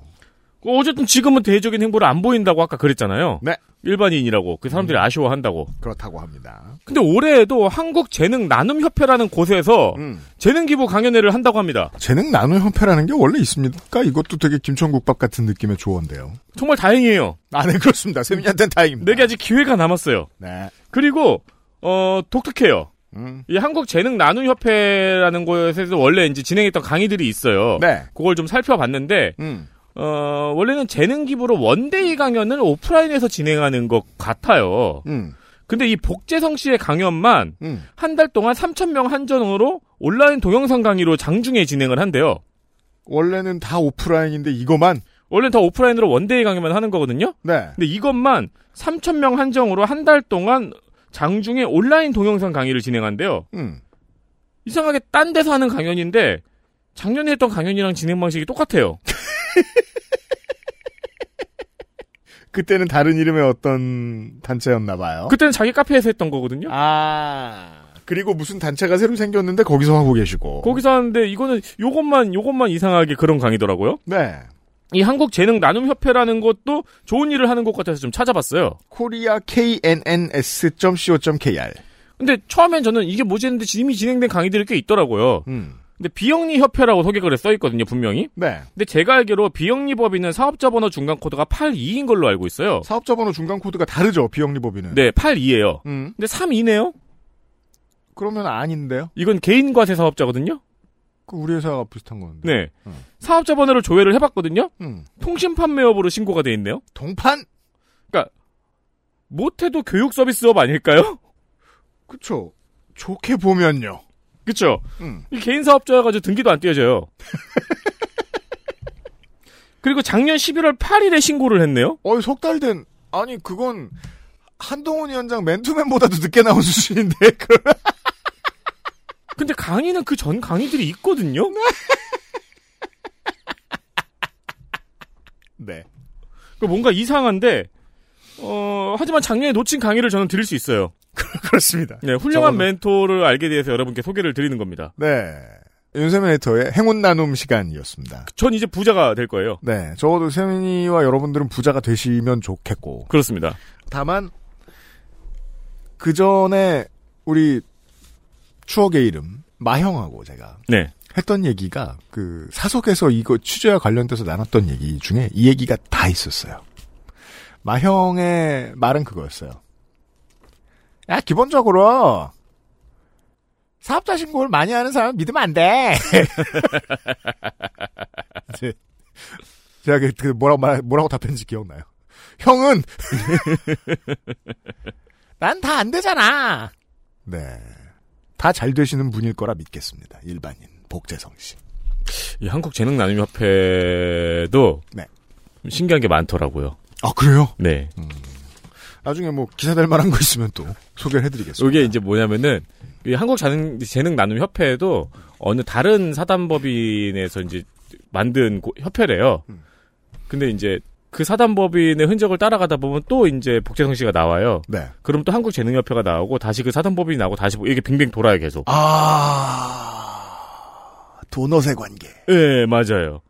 어쨌든 지금은 대외적인 행보를 안 보인다고 아까 그랬잖아요.
네.
일반인이라고 그 사람들이 아쉬워한다고.
그렇다고 합니다.
근데 올해에도 한국 재능 나눔 협회라는 곳에서 재능 기부 강연회를 한다고 합니다.
재능 나눔 협회라는 게 원래 있습니까? 이것도 되게 김천국밥 같은 느낌의 조언데요. 네
정말 다행이에요. 네
아, 네, 그렇습니다. 세민이한테는 다행입니다.
내게 아직 기회가 남았어요.
네.
그리고 어 독특해요. 이 한국 재능 나눔 협회라는 곳에서 원래 이제 진행했던 강의들이 있어요.
네.
그걸 좀 살펴봤는데
음,
어, 원래는 재능 기부로 원데이 강연을 오프라인에서 진행하는 것 같아요.
음,
근데 이 복재성 씨의 강연만 한 달 동안 3,000명 한전으로 온라인 동영상 강의로 장중에 진행을 한대요.
원래는 다 오프라인인데 이것만?
원래는 다 오프라인으로 원데이 강의만 하는 거거든요?
네.
근데 이것만 3,000명 한정으로 한 달 동안 장중에 온라인 동영상 강의를 진행한대요.
음.
이상하게 딴 데서 하는 강연인데 작년에 했던 강연이랑 진행 방식이 똑같아요.
그때는 다른 이름의 어떤 단체였나 봐요.
그때는 자기 카페에서 했던 거거든요.
아. 그리고 무슨 단체가 새로 생겼는데 거기서 하고 계시고.
거기서 하는데 이거는 요것만 요것만 이상하게 그런 강의더라고요.
네.
이 한국 재능 나눔 협회라는 것도 좋은 일을 하는 곳 같아서 좀 찾아봤어요.
코리아 knns.co.kr.
근데 처음엔 저는 이게 뭐지 했는데 이미 진행된 강의들이 꽤 있더라고요. 근데 비영리 협회라고 소개글에 써 있거든요, 분명히.
음. 네.
근데 제가 알기로 비영리 법인은 사업자 번호 중간 코드가 82인 걸로 알고 있어요.
사업자 번호 중간 코드가 다르죠, 비영리 법인은.
네, 82예요.
음.
근데 3이네요?
그러면 아닌데요?
이건 개인 과세 사업자거든요.
그 우리 회사가 비슷한 건데.
네. 사업자 번호를 조회를 해봤거든요.
음.
통신 판매업으로 신고가 돼 있네요.
동판?
그러니까 못해도 교육 서비스업 아닐까요?
그쵸. 좋게 보면요.
그쵸.
음.
이 개인 사업자여가지고 등기도 안 떼어져요. 그리고 작년 11월 8일에 신고를 했네요.
어이, 석 달 된, 아니, 그건, 한동훈 위원장 맨투맨보다도 늦게 나온 수준인데, 그
근데 강의는 그 전 강의들이 있거든요?
네.
그 뭔가 이상한데, 어, 하지만 작년에 놓친 강의를 저는 드릴 수 있어요.
그렇습니다.
네, 훌륭한
저는-
멘토를 알게 돼서 여러분께 소개를 드리는 겁니다.
네. 윤세민 에터의 행운 나눔 시간이었습니다.
전 이제 부자가 될 거예요.
네. 적어도 세민이와 여러분들은 부자가 되시면 좋겠고.
그렇습니다.
다만, 그 전에, 우리, 추억의 이름, 마형하고 제가,
네.
했던 얘기가, 그, 사석에서 이거 취재와 관련돼서 나눴던 얘기 중에 이 얘기가 다 있었어요. 마형의 말은 그거였어요. 야, 기본적으로, 사업자 신고를 많이 하는 사람 믿으면 안 돼. 이제 제가 그, 그 뭐라고 말 뭐라고 답했는지 기억나요. 형은 난 다 안 되잖아. 네. 다 잘 되시는 분일 거라 믿겠습니다. 일반인 복재성 씨.
이 한국 재능 나눔 협회도
네.
신기한 게 많더라고요.
아 그래요?
네.
나중에 뭐 기사 될 만한 거 있으면 또 소개를 해드리겠습니다.
이게 이제 뭐냐면은 이 한국 재능, 재능 나눔 협회에도 어느 다른 사단법인에서 이제 만든 고- 협회래요.
음.
근데 이제 그 사단법인의 흔적을 따라가다 보면 또 이제 복재성 씨가 나와요.
네.
그럼 또 한국 재능 협회가 나오고 다시 그 사단법인이 나오고 다시 뭐- 이게 빙빙 돌아요 계속.
아 도넛의 관계.
예, 맞아요.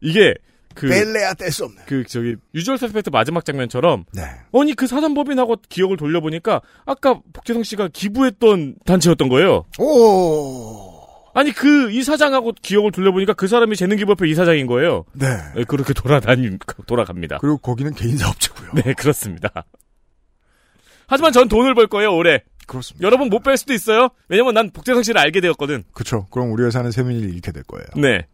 이게 그
뺄래야 뗄 수 없네.
그 저기 유주얼 서스펙트 마지막 장면처럼
네.
아니 그 사단법인하고 기억을 돌려보니까 아까 복재성 씨가 기부했던 단체였던 거예요.
오.
아니 그 이사장하고 기억을 돌려보니까 그 사람이 재능기부협회 이사장인 거예요.
네.
예, 그렇게 돌아다니 돌아갑니다.
그리고 거기는 개인 사업자고요.
네, 그렇습니다. 하지만 전 돈을 벌 거예요 올해.
그렇습니다.
여러분 못 뺄 수도 있어요. 왜냐면 난 복재성 씨를 알게 되었거든.
그렇죠. 그럼 우리 회사는 세민이를 잃게 될 거예요.
네,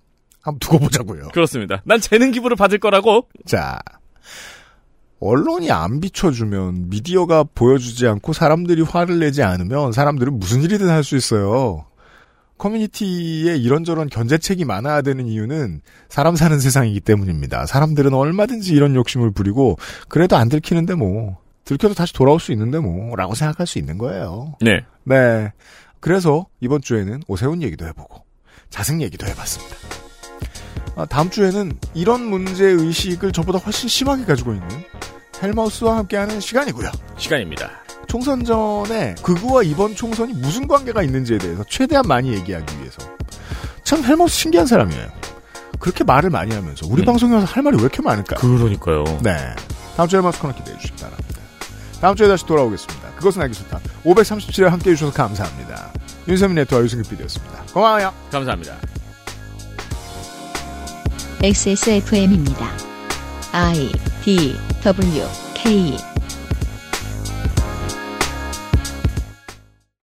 한번 두고 보자고요.
그렇습니다. 난 재능 기부를 받을 거라고.
자, 언론이 안 비춰주면 미디어가 보여주지 않고 사람들이 화를 내지 않으면 사람들은 무슨 일이든 할 수 있어요. 커뮤니티에 이런저런 견제책이 많아야 되는 이유는 사람 사는 세상이기 때문입니다. 사람들은 얼마든지 이런 욕심을 부리고 그래도 안 들키는데 뭐 들켜도 다시 돌아올 수 있는데 뭐라고 생각할 수 있는 거예요.
네.
네. 그래서 이번 주에는 오세훈 얘기도 해보고 자승 얘기도 해봤습니다. 아, 다음 주에는 이런 문제 의식을 저보다 훨씬 심하게 가지고 있는 헬마우스와 함께하는 시간이고요.
시간입니다.
총선 전에 그거와 이번 총선이 무슨 관계가 있는지에 대해서 최대한 많이 얘기하기 위해서 참 헬마우스 신기한 사람이에요. 그렇게 말을 많이 하면서 우리 방송에 와서 할 말이 왜 이렇게 많을까?
그러니까요.
네. 다음 주에 헬마우스 코너 기대해 주시기 바랍니다. 다음 주에 다시 돌아오겠습니다. 그것은 알기 싫다. 537회 함께해 주셔서 감사합니다. 윤세민 네트와 유승규 PD였습니다. 고마워요.
감사합니다.
XSFM입니다. I D W K